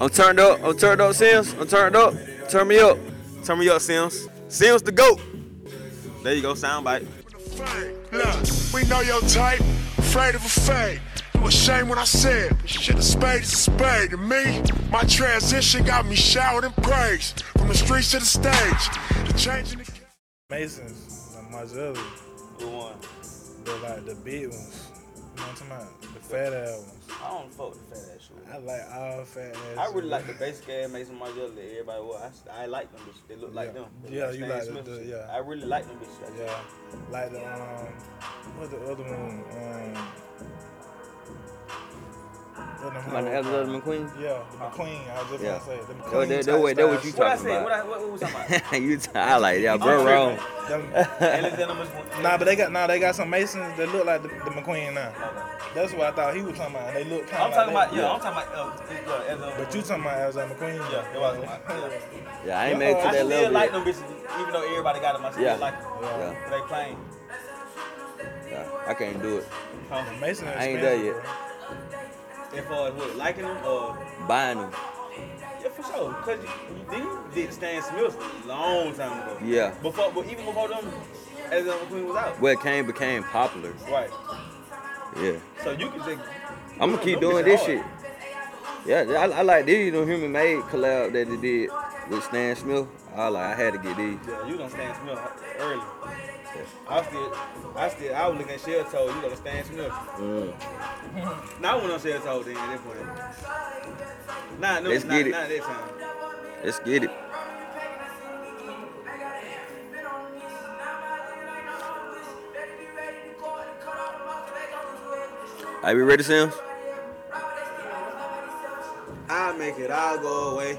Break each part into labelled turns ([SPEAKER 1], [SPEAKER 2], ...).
[SPEAKER 1] I'm turned up. I'm turned up, Sims. I'm turned up. Turn me up. Turn me up, Sims. Sims the GOAT. There you go, soundbite.
[SPEAKER 2] Look, we know your type, afraid of a fade. You ashamed when I said, shit, a spade is a spade. To me, my transition got me showered in praise. From the streets to the stage, the change in the
[SPEAKER 3] Masons, like Marzelli,
[SPEAKER 4] Who won?
[SPEAKER 3] the like the big ones. You know what I'm talking about? The fat ass ones.
[SPEAKER 4] I don't fuck with the fat ass shit.
[SPEAKER 3] I like all fat ass.
[SPEAKER 4] I really like the basic ass Mason Margiela that everybody wore. I, s- I like them bitches. They look like
[SPEAKER 3] Yeah.
[SPEAKER 4] them. They
[SPEAKER 3] Yeah,
[SPEAKER 4] look
[SPEAKER 3] you
[SPEAKER 4] Stan
[SPEAKER 3] like the-
[SPEAKER 4] Smith
[SPEAKER 3] the-
[SPEAKER 4] shit.
[SPEAKER 3] yeah.
[SPEAKER 4] I really like them bitches. I
[SPEAKER 3] Yeah, like the um, what's the other one? Um, what the
[SPEAKER 1] Like the
[SPEAKER 3] hell-
[SPEAKER 1] Alexander McQueen.
[SPEAKER 3] Yeah, the
[SPEAKER 4] Oh.
[SPEAKER 3] McQueen. I was just
[SPEAKER 1] Yeah.
[SPEAKER 3] gonna say the
[SPEAKER 1] That- that-
[SPEAKER 3] McQueen.
[SPEAKER 1] that
[SPEAKER 3] type
[SPEAKER 1] what- that what you
[SPEAKER 3] styles.
[SPEAKER 4] What I
[SPEAKER 1] Talking
[SPEAKER 4] say?
[SPEAKER 1] about-
[SPEAKER 4] What I what, what was I about?
[SPEAKER 1] you t- I like that,
[SPEAKER 4] I'm
[SPEAKER 1] bro. Wrong.
[SPEAKER 4] tripping.
[SPEAKER 3] Them-
[SPEAKER 4] Alexander McQueen.
[SPEAKER 3] Nah, but they got nah, they got some Masons that look like the, the McQueen now. That's what I thought he was talking about. They look kind
[SPEAKER 4] I'm
[SPEAKER 3] of.
[SPEAKER 4] talking
[SPEAKER 3] like
[SPEAKER 4] about yeah. I'm talking about uh, yeah, Alexander
[SPEAKER 3] That. But
[SPEAKER 4] McQueen.
[SPEAKER 3] you talking about Alexander McQueen?
[SPEAKER 4] yeah, that was my. Yeah.
[SPEAKER 1] Yeah, I ain't made it to
[SPEAKER 4] I
[SPEAKER 1] that
[SPEAKER 4] still
[SPEAKER 1] level. yet.
[SPEAKER 4] like them bitches, even though everybody got them. I still
[SPEAKER 1] Yeah.
[SPEAKER 4] like them.
[SPEAKER 3] Yeah.
[SPEAKER 1] Yeah,
[SPEAKER 4] But They plain.
[SPEAKER 1] yeah, I can't do it.
[SPEAKER 4] Huh?
[SPEAKER 3] Oh, Mason
[SPEAKER 1] I ain't there
[SPEAKER 3] expensive,
[SPEAKER 4] As far as what liking them, uh,
[SPEAKER 1] Buying them.
[SPEAKER 4] yeah, for sure. Cause you, you did, you did Stan Smith a long time ago.
[SPEAKER 1] Yeah.
[SPEAKER 4] Before, but even before them, Alexander McQueen was out.
[SPEAKER 1] Well, Kane became popular.
[SPEAKER 4] Right.
[SPEAKER 1] Yeah.
[SPEAKER 4] So you can just.
[SPEAKER 1] I'm gonna keep
[SPEAKER 4] them
[SPEAKER 1] doing
[SPEAKER 4] bitches
[SPEAKER 1] this
[SPEAKER 4] hard.
[SPEAKER 1] shit. Yeah, I, I like these, you know, human made collab that they did with Stan Smith. I like, I had to get these.
[SPEAKER 4] Yeah, you done Stan Smith early. I still, I still, I was looking at Shell Toe, you done Stan Smith. Now I went on Shell Toe then at that point. Nah, no,
[SPEAKER 1] Let's
[SPEAKER 4] not,
[SPEAKER 1] get it.
[SPEAKER 4] not that time.
[SPEAKER 1] Let's get it. Are you ready, Sims?
[SPEAKER 4] I make it all go away.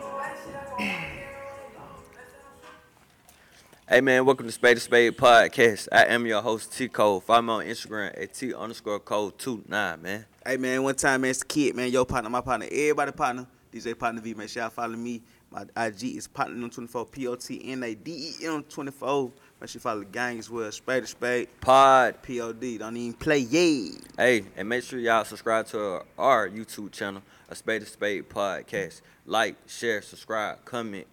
[SPEAKER 1] Hey man, welcome to Spade to Spade Podcast. I am your host T Cole. Follow me on Instagram at T underscore code two nine, man.
[SPEAKER 4] Hey man, one time man, it's a kid, man, your partner, my partner, everybody partner, DJ partner V, make sure y'all follow me. My IG is partner 24 P O T N A D E M 24. Make sure you follow the gang as well. Spade to spade,
[SPEAKER 1] Pod.
[SPEAKER 4] P O D. Don't even play, yay.
[SPEAKER 1] Hey, and make sure y'all subscribe to our YouTube channel, a Spade to Spade Podcast. Like, share, subscribe, comment,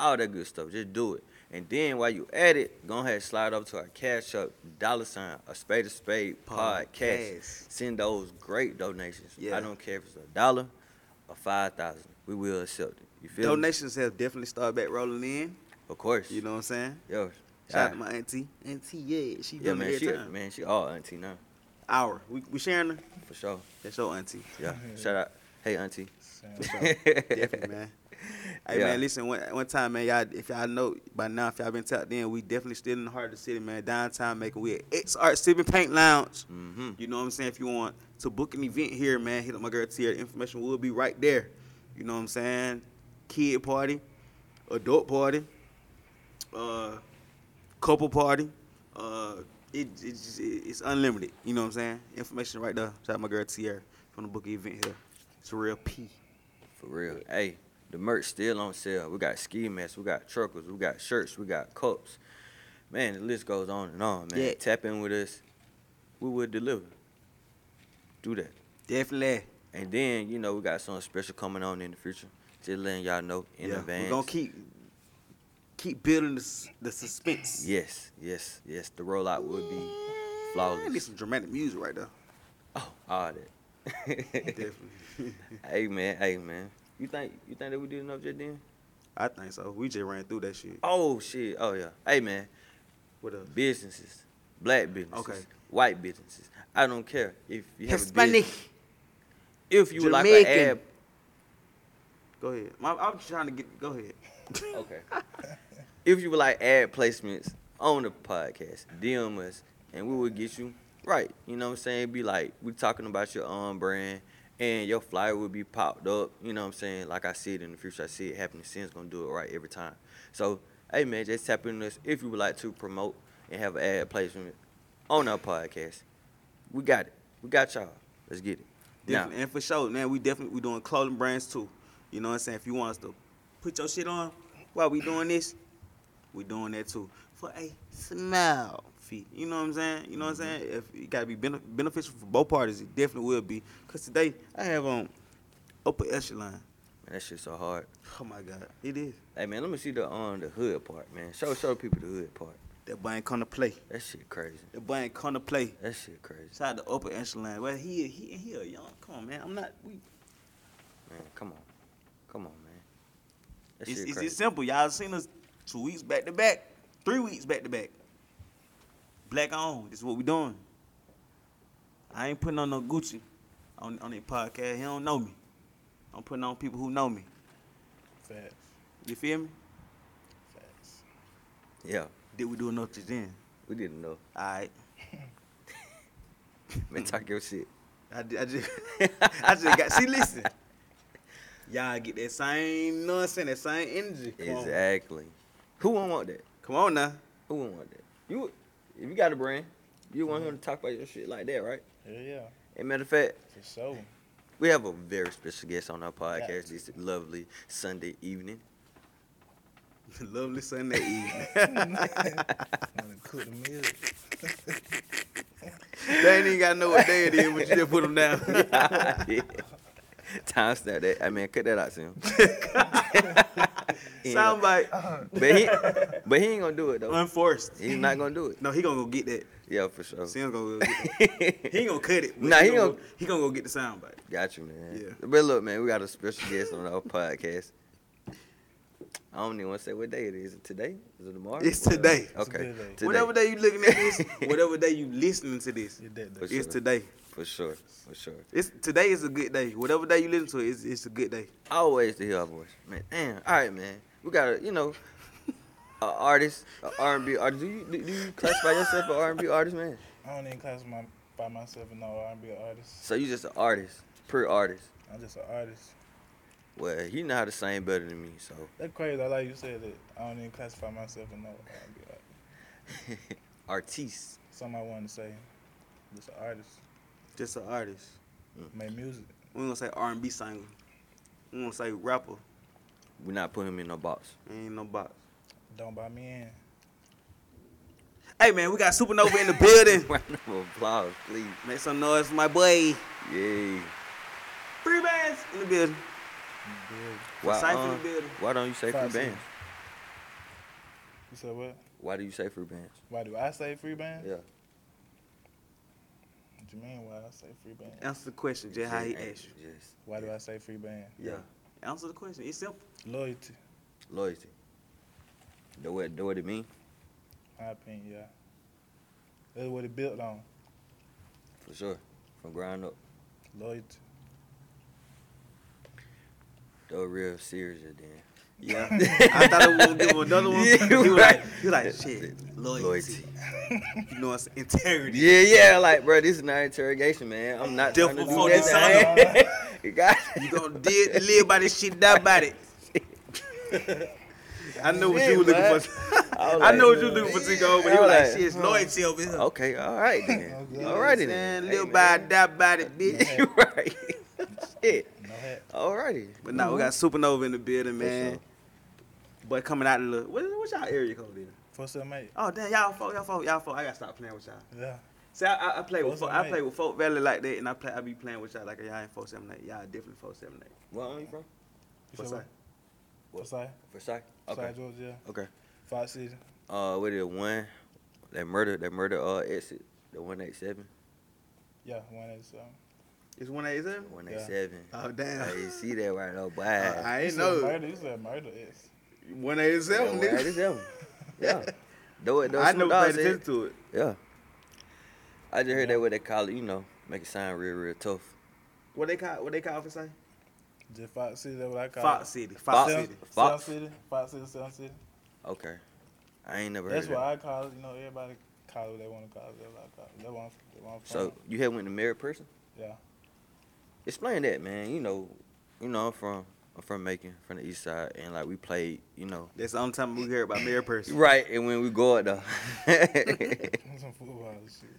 [SPEAKER 1] all that good stuff. Just do it. And then while you at it, go ahead and slide up to our Cash Up dollar sign, a Spade to Spade Podcast.
[SPEAKER 4] Podcast.
[SPEAKER 1] Send those great donations.
[SPEAKER 4] Yeah.
[SPEAKER 1] I don't care if it's a dollar or five thousand. We will accept it. You feel me?
[SPEAKER 4] Donations have definitely started back rolling in.
[SPEAKER 1] Of course.
[SPEAKER 4] You know what I'm saying?
[SPEAKER 1] Yo.
[SPEAKER 4] Shout out
[SPEAKER 1] I-
[SPEAKER 4] to my auntie. Auntie, yeah, she
[SPEAKER 1] Ah. yeah,
[SPEAKER 4] done it
[SPEAKER 1] man,
[SPEAKER 4] every
[SPEAKER 1] she
[SPEAKER 4] time.
[SPEAKER 1] man, she all auntie now.
[SPEAKER 4] Hour. We, we sharing her?
[SPEAKER 1] For sure.
[SPEAKER 4] That's your auntie.
[SPEAKER 1] Yeah. Shout out. Hey auntie.
[SPEAKER 4] Definitely, man. Hey
[SPEAKER 1] Yeah.
[SPEAKER 4] man, listen. One, one time, man, y'all, if y'all know by now, if y'all been tapped in, we definitely still in the heart of the city, man. Downtown making we at X Art Sipping Paint Lounge.
[SPEAKER 1] mm-hmm.
[SPEAKER 4] You know what I'm saying? If you want to book an event here, man, hit up my girl Tierra. Information will be right there. You know what I'm saying? Kid party, adult party, uh, couple party. Uh, it, it just, it- it's unlimited. You know what I'm saying? Information right there. Shout out my girl Tierra from the book an event here. It's a real P.
[SPEAKER 1] For real. Hey, the merch still on sale. We got ski masks, we got truckers, we got shirts, we got cups. Man, the list goes on and on, man.
[SPEAKER 4] Yeah.
[SPEAKER 1] Tap in with us. We will deliver. Do that.
[SPEAKER 4] Definitely.
[SPEAKER 1] And then, you know, we got something special coming on in the future. Just letting y'all know in advance.
[SPEAKER 4] We're gonna keep keep building the, s- the suspense.
[SPEAKER 1] Yes, yes, yes. The rollout will be
[SPEAKER 4] I need
[SPEAKER 1] flawless.
[SPEAKER 4] some dramatic music right there.
[SPEAKER 1] Oh, all that.
[SPEAKER 4] Definitely.
[SPEAKER 1] hey man, hey man. You think you think that we did enough just then?
[SPEAKER 4] I think so. We just ran through that shit.
[SPEAKER 1] Oh shit. Oh yeah. Hey man.
[SPEAKER 4] What else?
[SPEAKER 1] businesses, black businesses,
[SPEAKER 4] Okay.
[SPEAKER 1] white businesses. I don't care if you have a
[SPEAKER 4] Hispanic.
[SPEAKER 1] business. If you would like an
[SPEAKER 4] Jamaican.
[SPEAKER 1] ad,
[SPEAKER 4] Go ahead. My, I'm trying to get. Go ahead.
[SPEAKER 1] okay. if you would like ad placements on the podcast, DM us, and we will get you right. You know what I'm saying? Be like, we talking about your own brand. And your flyer will be popped up, you know what I'm saying? Like I see it in the future, I see it happening. Sin's gonna do it right every time. So, hey man, just tap in us if you would like to promote and have an ad placement on our podcast. We got it. We got y'all. Let's get it. Now,
[SPEAKER 4] Definitely. And for sure, man, we definitely we doing clothing brands too. You know what I'm saying? If you want us to put your shit on while we doing this, we doing that too for a small fee. You know what I'm saying? You know what
[SPEAKER 3] Mm-hmm.
[SPEAKER 4] I'm saying? If it gotta be benef- um, beneficial for both parties, it definitely will be. Cause today I have on upper echelon.
[SPEAKER 1] That shit so hard.
[SPEAKER 5] Oh my God, it is.
[SPEAKER 1] Hey man, let me see the on the hood part, man. Show show people the hood part.
[SPEAKER 5] That boy ain't come to play.
[SPEAKER 1] That shit crazy.
[SPEAKER 5] That boy ain't come to play.
[SPEAKER 1] That shit crazy.
[SPEAKER 5] Shout out to upper echelon. Well, he he he a young. Come on, man. I'm not. We,
[SPEAKER 1] Man, come on. Come on, man. That
[SPEAKER 5] it's
[SPEAKER 1] shit
[SPEAKER 5] it's
[SPEAKER 1] crazy.
[SPEAKER 5] just simple. Y'all seen us two weeks back to back, three weeks back to back. Black on. This is what we doing. I ain't putting on no Gucci on on that podcast. He don't know me. I'm putting on people who know me.
[SPEAKER 3] Facts.
[SPEAKER 5] You feel me?
[SPEAKER 3] Facts.
[SPEAKER 1] yeah,
[SPEAKER 5] Did we do enough to then?
[SPEAKER 1] we didn't know.
[SPEAKER 5] All right.
[SPEAKER 1] Man, talk your shit.
[SPEAKER 5] I, di- I just, I just got. See, listen. Y'all get that same nonsense, that same energy. Come on,
[SPEAKER 1] Exactly. Who won't want that?
[SPEAKER 5] come on now.
[SPEAKER 1] Who won't want that? You, if you got a brand, you want him to talk about your shit like that, right?
[SPEAKER 3] Hell yeah.
[SPEAKER 1] As a matter of fact,
[SPEAKER 3] For sure.
[SPEAKER 1] we have a very special guest on our
[SPEAKER 3] Yeah.
[SPEAKER 1] podcast this lovely Sunday evening.
[SPEAKER 5] Lovely Sunday evening.
[SPEAKER 3] Wanna cook the meal.
[SPEAKER 5] they ain't even got to know what day it is, but you just put them down.
[SPEAKER 1] yeah. Time snap that. I mean, cut that out soon. He ain't
[SPEAKER 5] Sound
[SPEAKER 1] gonna-
[SPEAKER 5] like
[SPEAKER 1] but he, but he ain't gonna do it though.
[SPEAKER 5] unforced.
[SPEAKER 1] He's not gonna do it.
[SPEAKER 5] No, he gonna go get that.
[SPEAKER 1] Yeah, for sure.
[SPEAKER 5] Sam's gonna go get that. He ain't gonna cut it. but
[SPEAKER 1] Nah, he
[SPEAKER 5] gonna,
[SPEAKER 1] gonna-
[SPEAKER 5] go, he gonna go get the sound bite.
[SPEAKER 1] Got you, man.
[SPEAKER 5] Yeah.
[SPEAKER 1] But look, man, we got a special guest on our podcast. I don't even want to say what day it is. Is it today? Is it tomorrow?
[SPEAKER 5] It's
[SPEAKER 1] Oh, Whatever.
[SPEAKER 5] today. It's
[SPEAKER 1] Okay.
[SPEAKER 3] today.
[SPEAKER 1] Today,
[SPEAKER 5] Whatever day you looking at this, whatever day you listening to this,
[SPEAKER 3] Get that
[SPEAKER 1] For
[SPEAKER 3] though.
[SPEAKER 1] sure.
[SPEAKER 5] it's today.
[SPEAKER 1] For sure. For sure.
[SPEAKER 5] It's today is a good day. Whatever day you listen to it, it's, it's a good day.
[SPEAKER 1] Always to hear our voice, man. Damn. All right, man. We got a, you know, a artist, a R&B artist. Do you do, do you classify yourself an R&B artist, man?
[SPEAKER 3] I don't even classify by myself as no R&B artist.
[SPEAKER 1] So you just an artist, pure artist.
[SPEAKER 3] I'm just an artist.
[SPEAKER 1] Well, he know how to sing better than me, so
[SPEAKER 3] That's crazy. I like you said that. I don't even classify myself as no R&B artist.
[SPEAKER 1] artiste.
[SPEAKER 3] Something I wanted to say. Just an artist.
[SPEAKER 5] Just an artist.
[SPEAKER 3] Make music.
[SPEAKER 5] We gonna say R and B singer. We gonna say rapper.
[SPEAKER 1] We not putting him in no box.
[SPEAKER 5] Ain't no box.
[SPEAKER 3] Don't buy me in.
[SPEAKER 5] Hey man, we got Supernova in the building.
[SPEAKER 1] Round of applause, please.
[SPEAKER 5] Make some noise for my boy.
[SPEAKER 1] Yay.
[SPEAKER 5] Free bands in the building.
[SPEAKER 3] Good.
[SPEAKER 1] Why,
[SPEAKER 5] Siphon
[SPEAKER 1] uh,
[SPEAKER 5] the building.
[SPEAKER 1] why don't you say free
[SPEAKER 3] Five
[SPEAKER 1] bands?
[SPEAKER 3] seconds. You said what?
[SPEAKER 1] Why do you say free bands?
[SPEAKER 3] Why do I say free band?
[SPEAKER 1] Yeah.
[SPEAKER 3] What you mean why I say free band?
[SPEAKER 5] Answer the question, just how he asked you.
[SPEAKER 1] Just
[SPEAKER 3] Why do I say free band?
[SPEAKER 5] Yeah. Answer the question. It's simple.
[SPEAKER 3] Loyalty.
[SPEAKER 1] loyalty. Know what, know what it mean?
[SPEAKER 3] My opinion, yeah. That's what it built on.
[SPEAKER 1] For sure. From ground up.
[SPEAKER 3] Loyalty.
[SPEAKER 1] Though real serious then.
[SPEAKER 5] Yeah. I thought it was gonna give him another one.
[SPEAKER 1] Yeah,
[SPEAKER 5] he was like,
[SPEAKER 1] right.
[SPEAKER 5] he was like, shit, loyalty.
[SPEAKER 1] Loyalty.
[SPEAKER 5] You know, it's integrity.
[SPEAKER 1] Yeah, yeah, like bro, this is not interrogation, man. I'm not trying to
[SPEAKER 5] Different
[SPEAKER 1] do that.
[SPEAKER 5] from
[SPEAKER 1] man. you got
[SPEAKER 5] You gonna did, live by this shit, die by it. I know what you were looking for.
[SPEAKER 1] I, was
[SPEAKER 5] I know
[SPEAKER 1] like,
[SPEAKER 5] what you were looking for, Tico, but he was like, shit, it's loyalty over here.
[SPEAKER 1] Okay, all right then.
[SPEAKER 3] Okay.
[SPEAKER 1] All righty
[SPEAKER 5] Man,
[SPEAKER 1] then.
[SPEAKER 5] live by it, die by it, bitch.
[SPEAKER 1] You right. Shit.
[SPEAKER 3] No hat.
[SPEAKER 1] All righty.
[SPEAKER 5] But now we got Supernova in the building,
[SPEAKER 1] For
[SPEAKER 5] man.
[SPEAKER 1] sure.
[SPEAKER 5] But coming out of the what, what's y'all area code is?
[SPEAKER 3] For some mate.
[SPEAKER 5] Oh damn, y'all folk, y'all folk, y'all folk. I gotta stop playing with y'all.
[SPEAKER 3] Yeah.
[SPEAKER 5] See, I, I, I play with
[SPEAKER 3] What's
[SPEAKER 5] folk,
[SPEAKER 3] that
[SPEAKER 5] I play
[SPEAKER 3] mean?
[SPEAKER 5] with folk Valley like that, and I play I be playing with y'all like y'all ain't four seven eight. Y'all definitely four seven eight.
[SPEAKER 1] Where are you from?
[SPEAKER 3] You
[SPEAKER 5] What's
[SPEAKER 3] said
[SPEAKER 5] that?
[SPEAKER 1] What?
[SPEAKER 3] Forsyth.
[SPEAKER 1] Versailles. Okay.
[SPEAKER 3] Forsyth, Georgia.
[SPEAKER 1] Okay.
[SPEAKER 3] Five City.
[SPEAKER 1] Uh, what is it, one? That murder, that murder, uh, exit, the 187,
[SPEAKER 3] Yeah, one um, eight seven.
[SPEAKER 5] It's one eight seven.
[SPEAKER 1] the 187.
[SPEAKER 5] Oh
[SPEAKER 1] I didn't
[SPEAKER 5] damn.
[SPEAKER 1] see that right now, boy.
[SPEAKER 5] Uh, I
[SPEAKER 3] You
[SPEAKER 5] ain't
[SPEAKER 3] said
[SPEAKER 5] know
[SPEAKER 3] Murder. You said murder is.
[SPEAKER 5] one eight
[SPEAKER 1] yeah,
[SPEAKER 5] seven.
[SPEAKER 1] why it is them. Yeah. Though it, though
[SPEAKER 5] I
[SPEAKER 1] Snoop
[SPEAKER 5] never
[SPEAKER 1] Dogg
[SPEAKER 5] paid
[SPEAKER 1] said-
[SPEAKER 5] attention to it.
[SPEAKER 1] Yeah. I just heard that what they call it, you know, make it sound real, real tough.
[SPEAKER 5] What they call what they call for say?
[SPEAKER 3] Just Fox City, that's what I call
[SPEAKER 5] Fox
[SPEAKER 3] it.
[SPEAKER 5] City.
[SPEAKER 1] Fox
[SPEAKER 5] Fox
[SPEAKER 1] City.
[SPEAKER 5] City.
[SPEAKER 1] Fox.
[SPEAKER 3] Fox City. Fox City, Seven City.
[SPEAKER 1] Okay. I ain't never heard
[SPEAKER 3] That's
[SPEAKER 1] of that.
[SPEAKER 3] what I call it. You know, everybody call it what they want to call it. That's what I call it. That's what I'm, that's what I'm
[SPEAKER 1] So
[SPEAKER 3] from.
[SPEAKER 1] you had went to married person?
[SPEAKER 3] Yeah.
[SPEAKER 1] Explain that, man. You know, you know, I'm from, I'm from Macon, from the East Side, and like we played, you know.
[SPEAKER 5] That's the only time we hear about married person.
[SPEAKER 1] Right, and when we go out though.
[SPEAKER 3] Some football and shit.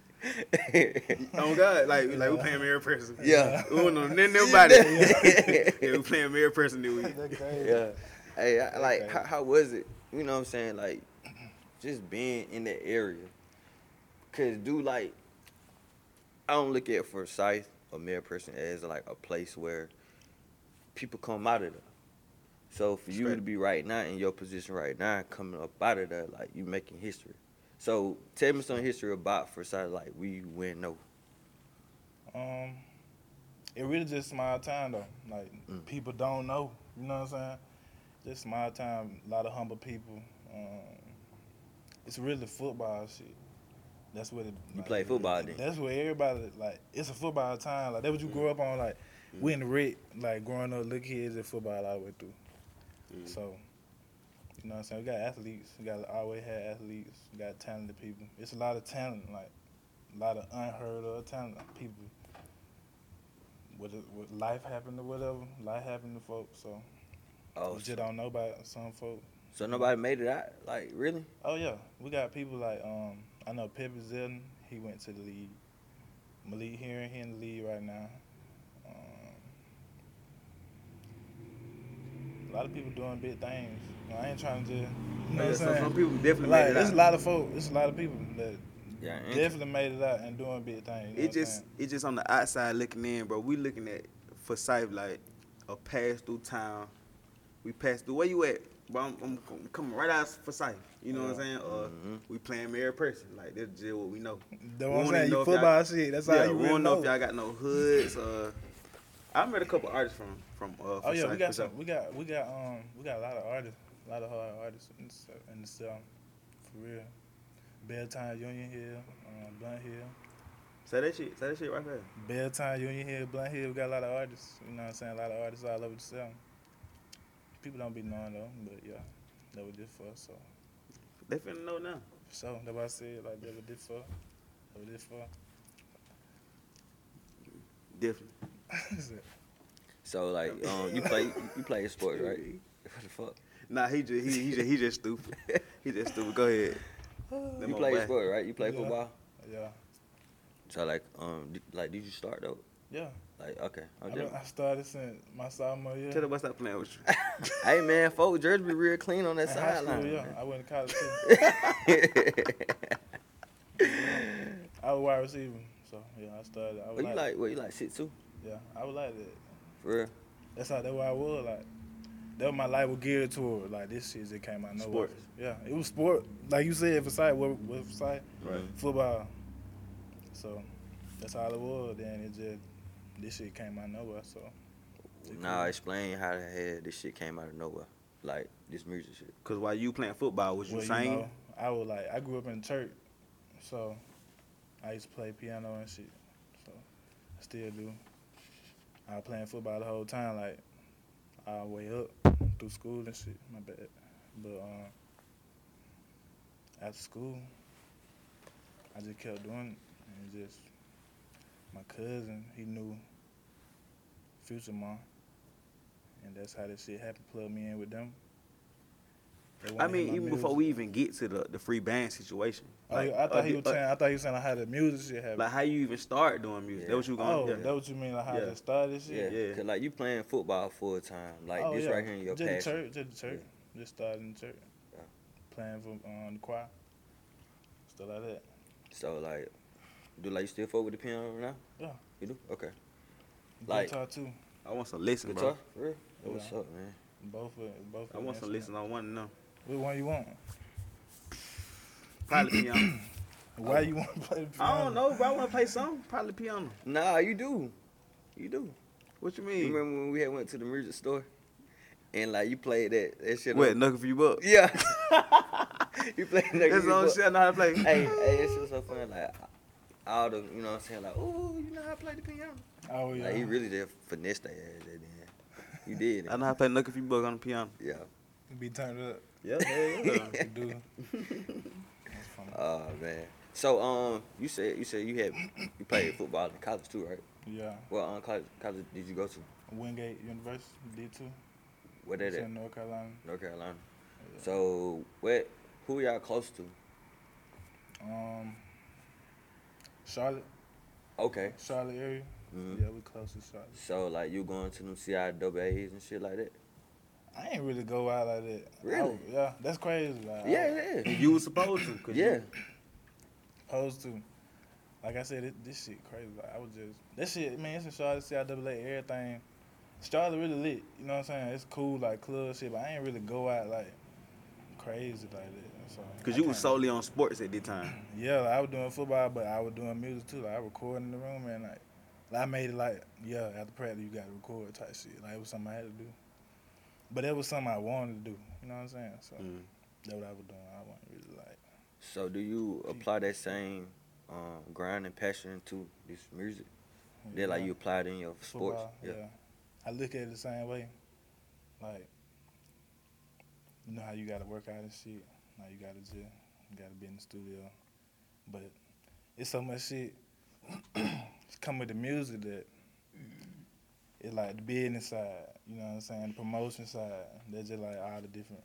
[SPEAKER 5] Oh God, like like we playing married person.
[SPEAKER 1] Yeah.
[SPEAKER 5] We don't know nothing about it. yeah, we playing married person this week.
[SPEAKER 3] That's crazy.
[SPEAKER 1] yeah. Hey, I, like,
[SPEAKER 3] Okay.
[SPEAKER 1] how, how was it? You know what I'm saying? Like, just being in that area. Cause, dude, like, I don't look at Forsyth or Mayor Person as like a place where people come out of. There. So for you
[SPEAKER 5] Straight.
[SPEAKER 1] to be right now in your position right now, coming up out of that, like you making history. So tell me some history about first side, like we win no.
[SPEAKER 3] Um, it really just small time though. Like
[SPEAKER 1] Mm.
[SPEAKER 3] people don't know. You know what I'm saying? Just small time. A lot of humble people. Um, it's really football shit. That's what it,
[SPEAKER 1] You play football then? Mm.
[SPEAKER 3] That's where everybody like. It's a football time. Like that's what you grew up on. Like we in the red. Like growing up, little kids at football all the way through.
[SPEAKER 5] Mm.
[SPEAKER 3] So. You know what I'm saying? We got athletes. We got always had athletes. We got talented people. It's a lot of talent, like a lot of unheard of talent. People what, what life happened to whatever life happened to folks so
[SPEAKER 1] Oh,
[SPEAKER 3] you just don't know about some folks
[SPEAKER 1] so nobody made it out, like really?
[SPEAKER 3] oh yeah we got people like um i know pippa zilton he went to the league malik hearing he in the league right now um, a lot of people doing big things i ain't trying to just you know
[SPEAKER 5] Yeah,
[SPEAKER 3] what i'm
[SPEAKER 5] so
[SPEAKER 3] saying
[SPEAKER 5] some people definitely
[SPEAKER 3] like
[SPEAKER 5] made it
[SPEAKER 3] it's
[SPEAKER 5] out.
[SPEAKER 3] a lot of folks it's a lot of people that
[SPEAKER 1] Yeah. ain't-
[SPEAKER 3] definitely made it out and doing big things you know
[SPEAKER 5] It
[SPEAKER 3] what I'm
[SPEAKER 5] just
[SPEAKER 3] saying?
[SPEAKER 5] it just on the outside looking in, bro. We looking at for sight like a pass through town. We pass through where you at? Bro, I'm, I'm, com- coming right out for sight. You know what I'm saying? Or
[SPEAKER 3] Mm-hmm.
[SPEAKER 5] we playing married person. Like that's just what we know.
[SPEAKER 3] the
[SPEAKER 5] we
[SPEAKER 3] one saying
[SPEAKER 5] don't even know
[SPEAKER 3] you
[SPEAKER 5] if y'all-
[SPEAKER 3] football shit that's
[SPEAKER 5] yeah,
[SPEAKER 3] how you
[SPEAKER 5] we
[SPEAKER 3] really
[SPEAKER 5] don't know,
[SPEAKER 3] know
[SPEAKER 5] if y'all got no hoods. Uh, I met a couple artists from from uh.
[SPEAKER 3] Oh yeah,
[SPEAKER 5] Forsyth,
[SPEAKER 3] we got
[SPEAKER 5] for
[SPEAKER 3] some,
[SPEAKER 5] sure.
[SPEAKER 3] we got we got um we got a lot of artists, a lot of hard artists in the cell, in the cell um, for real. Bedtime Union Hill, um, Blunt Hill.
[SPEAKER 5] Say that shit. Say that shit right there.
[SPEAKER 3] Bedtime Union Hill, Blunt Hill. We got a lot of artists. You know what I'm saying? A lot of artists all over the cell. People don't be knowing though, but yeah, that was did for us. So
[SPEAKER 5] They finna know now.
[SPEAKER 3] so that's why I said like that was did for, that was did for.
[SPEAKER 5] Definitely.
[SPEAKER 1] So like, um, you play you play sports, right? What the fuck?
[SPEAKER 5] Nah, he just he he just, he just stupid. he just stupid. Go ahead. Them
[SPEAKER 1] You
[SPEAKER 5] old
[SPEAKER 1] play
[SPEAKER 5] black-
[SPEAKER 1] sports, right? You play
[SPEAKER 3] Yeah.
[SPEAKER 1] football.
[SPEAKER 3] yeah,
[SPEAKER 1] So like, um, d- like did you start though?
[SPEAKER 3] yeah.
[SPEAKER 1] Like okay, Oh,
[SPEAKER 3] I,
[SPEAKER 1] I'm
[SPEAKER 3] been-
[SPEAKER 1] joking.
[SPEAKER 3] I started since my sophomore year.
[SPEAKER 5] Tell the boss stop playing with you.
[SPEAKER 1] hey man, folks, Jersey be real clean on that
[SPEAKER 3] In high school,
[SPEAKER 1] sideline.
[SPEAKER 3] yeah.
[SPEAKER 1] man.
[SPEAKER 3] I went to college too. I was wide receiver, so yeah, I started. I
[SPEAKER 1] But
[SPEAKER 3] was
[SPEAKER 1] you
[SPEAKER 3] like,
[SPEAKER 1] like, what you like shit too,
[SPEAKER 3] yeah, I was like that.
[SPEAKER 1] for real.
[SPEAKER 3] That's how that's why I was like. That was my life was geared toward like this shit that came out of nowhere.
[SPEAKER 5] Sports.
[SPEAKER 3] Yeah, it was sport. Like you said, for side, what what for side?
[SPEAKER 5] Right.
[SPEAKER 3] Football. So that's all it was. Then it just this shit came out of nowhere. So
[SPEAKER 1] Now explain how the hell this shit came out of nowhere, like this music shit.
[SPEAKER 5] Cause while you playing football, was you
[SPEAKER 3] well,
[SPEAKER 5] singing?
[SPEAKER 3] you know, I was like I grew up in church, so I used to play piano and shit. So I still do. I was playing football the whole time, like all the way up through school and shit. My bad, but um, after school, I just kept doing it, and just my cousin he knew Future Mom, and that's how this shit happened. Plug me in with them. They
[SPEAKER 5] I
[SPEAKER 3] wanted
[SPEAKER 5] mean,
[SPEAKER 3] my
[SPEAKER 5] even
[SPEAKER 3] music.
[SPEAKER 5] before we even get to the, the free band situation,
[SPEAKER 3] Oh, I thought
[SPEAKER 5] uh,
[SPEAKER 3] he
[SPEAKER 5] you-
[SPEAKER 3] was
[SPEAKER 5] uh,
[SPEAKER 3] saying. I thought he was saying like how the music shit happened.
[SPEAKER 5] like how you even start doing music. That what you
[SPEAKER 3] oh,
[SPEAKER 5] going? to
[SPEAKER 3] that what you mean? Like how
[SPEAKER 5] Yeah.
[SPEAKER 3] they started
[SPEAKER 1] Yeah,
[SPEAKER 3] shit.
[SPEAKER 5] Yeah.
[SPEAKER 1] Cause like you playing football full time, like
[SPEAKER 3] oh,
[SPEAKER 1] this
[SPEAKER 3] yeah.
[SPEAKER 1] right here in your
[SPEAKER 3] just the
[SPEAKER 1] passion.
[SPEAKER 3] church, just the church, just started in the church,
[SPEAKER 1] Yeah.
[SPEAKER 3] playing for um, the choir, stuff like that.
[SPEAKER 1] So like, do like you still fuck with the piano now?
[SPEAKER 3] Yeah.
[SPEAKER 1] You do? Okay. Like-
[SPEAKER 3] guitar too.
[SPEAKER 5] I want some listen,
[SPEAKER 1] Guitar?
[SPEAKER 5] bro.
[SPEAKER 1] For real?
[SPEAKER 3] Yeah.
[SPEAKER 1] What's up, man?
[SPEAKER 3] Both of both.
[SPEAKER 5] I want some listen. I want to know.
[SPEAKER 3] Which one you want?
[SPEAKER 5] Probably piano.
[SPEAKER 3] Why you want to play the piano?
[SPEAKER 5] I don't know, but I want to play some. Probably piano.
[SPEAKER 1] Nah, you do. You do.
[SPEAKER 5] What you
[SPEAKER 1] You
[SPEAKER 5] mean?
[SPEAKER 1] remember when we had went to the music store, and like you played that that shit?
[SPEAKER 5] What
[SPEAKER 1] on-
[SPEAKER 5] knuckle for you, buck?
[SPEAKER 1] Yeah. you played that.
[SPEAKER 5] That's the only shit I know how to play.
[SPEAKER 1] Hey, hey, that shit was so funny. Like all the, you know what I'm saying? Like, ooh, you know how I play the piano.
[SPEAKER 3] Oh yeah.
[SPEAKER 1] Like he really did finesse that ass that then. You did
[SPEAKER 5] I
[SPEAKER 1] it.
[SPEAKER 5] know how to play knuckle for you, buck on the piano.
[SPEAKER 1] Yeah.
[SPEAKER 3] be turned up.
[SPEAKER 5] Yeah, yeah.
[SPEAKER 3] You do. That's funny.
[SPEAKER 1] Oh man. So um, you said you said you had you played football in college too, right?
[SPEAKER 3] Yeah.
[SPEAKER 1] Well, um, college college did you go to?
[SPEAKER 3] Wingate University D two.
[SPEAKER 1] Where that
[SPEAKER 3] It's
[SPEAKER 1] at?
[SPEAKER 3] in North Carolina.
[SPEAKER 1] North Carolina. So what? Who y'all close to?
[SPEAKER 3] Um. Charlotte,
[SPEAKER 1] Okay.
[SPEAKER 3] Charlotte area.
[SPEAKER 1] Mhm.
[SPEAKER 3] Yeah, we close to Charlotte.
[SPEAKER 1] So like you going to them CIAA's and shit like that?
[SPEAKER 3] I ain't really go out like that.
[SPEAKER 1] Really?
[SPEAKER 3] I was- yeah, that's crazy. Like, I was
[SPEAKER 1] Yeah, yeah,
[SPEAKER 5] You was supposed to. 'cause you-
[SPEAKER 1] yeah.
[SPEAKER 3] supposed to. Like I said, it, this shit crazy. Like, I was just that shit, man. It's in Charlotte, CIAA, everything. Charlotte really lit. You know what I'm saying? It's cool like club shit, but I ain't really go out like crazy like that. So
[SPEAKER 5] Because
[SPEAKER 3] I
[SPEAKER 5] you was
[SPEAKER 3] can't-
[SPEAKER 5] solely on sports at that time.
[SPEAKER 3] Yeah, like, I was doing football, but I was doing music too. Like I recorded in the room and like, like, I made it like yeah after practice you got to record type shit. Like it was something I had to do, but that was something I wanted to do. You know what I'm saying? So
[SPEAKER 5] Mm.
[SPEAKER 3] that's what I was doing. I wasn't really like
[SPEAKER 1] So do you apply that same um, grind and passion to this music? That like you applied in your sports?
[SPEAKER 3] football.
[SPEAKER 1] Yeah.
[SPEAKER 3] I look at it the same way. Like you know how you got to work out and shit. Like you got to gym, you got to be in the studio, but it's so much shit come with the music that it's like the business side, you know what I'm saying, the promotion side. That's just like all the different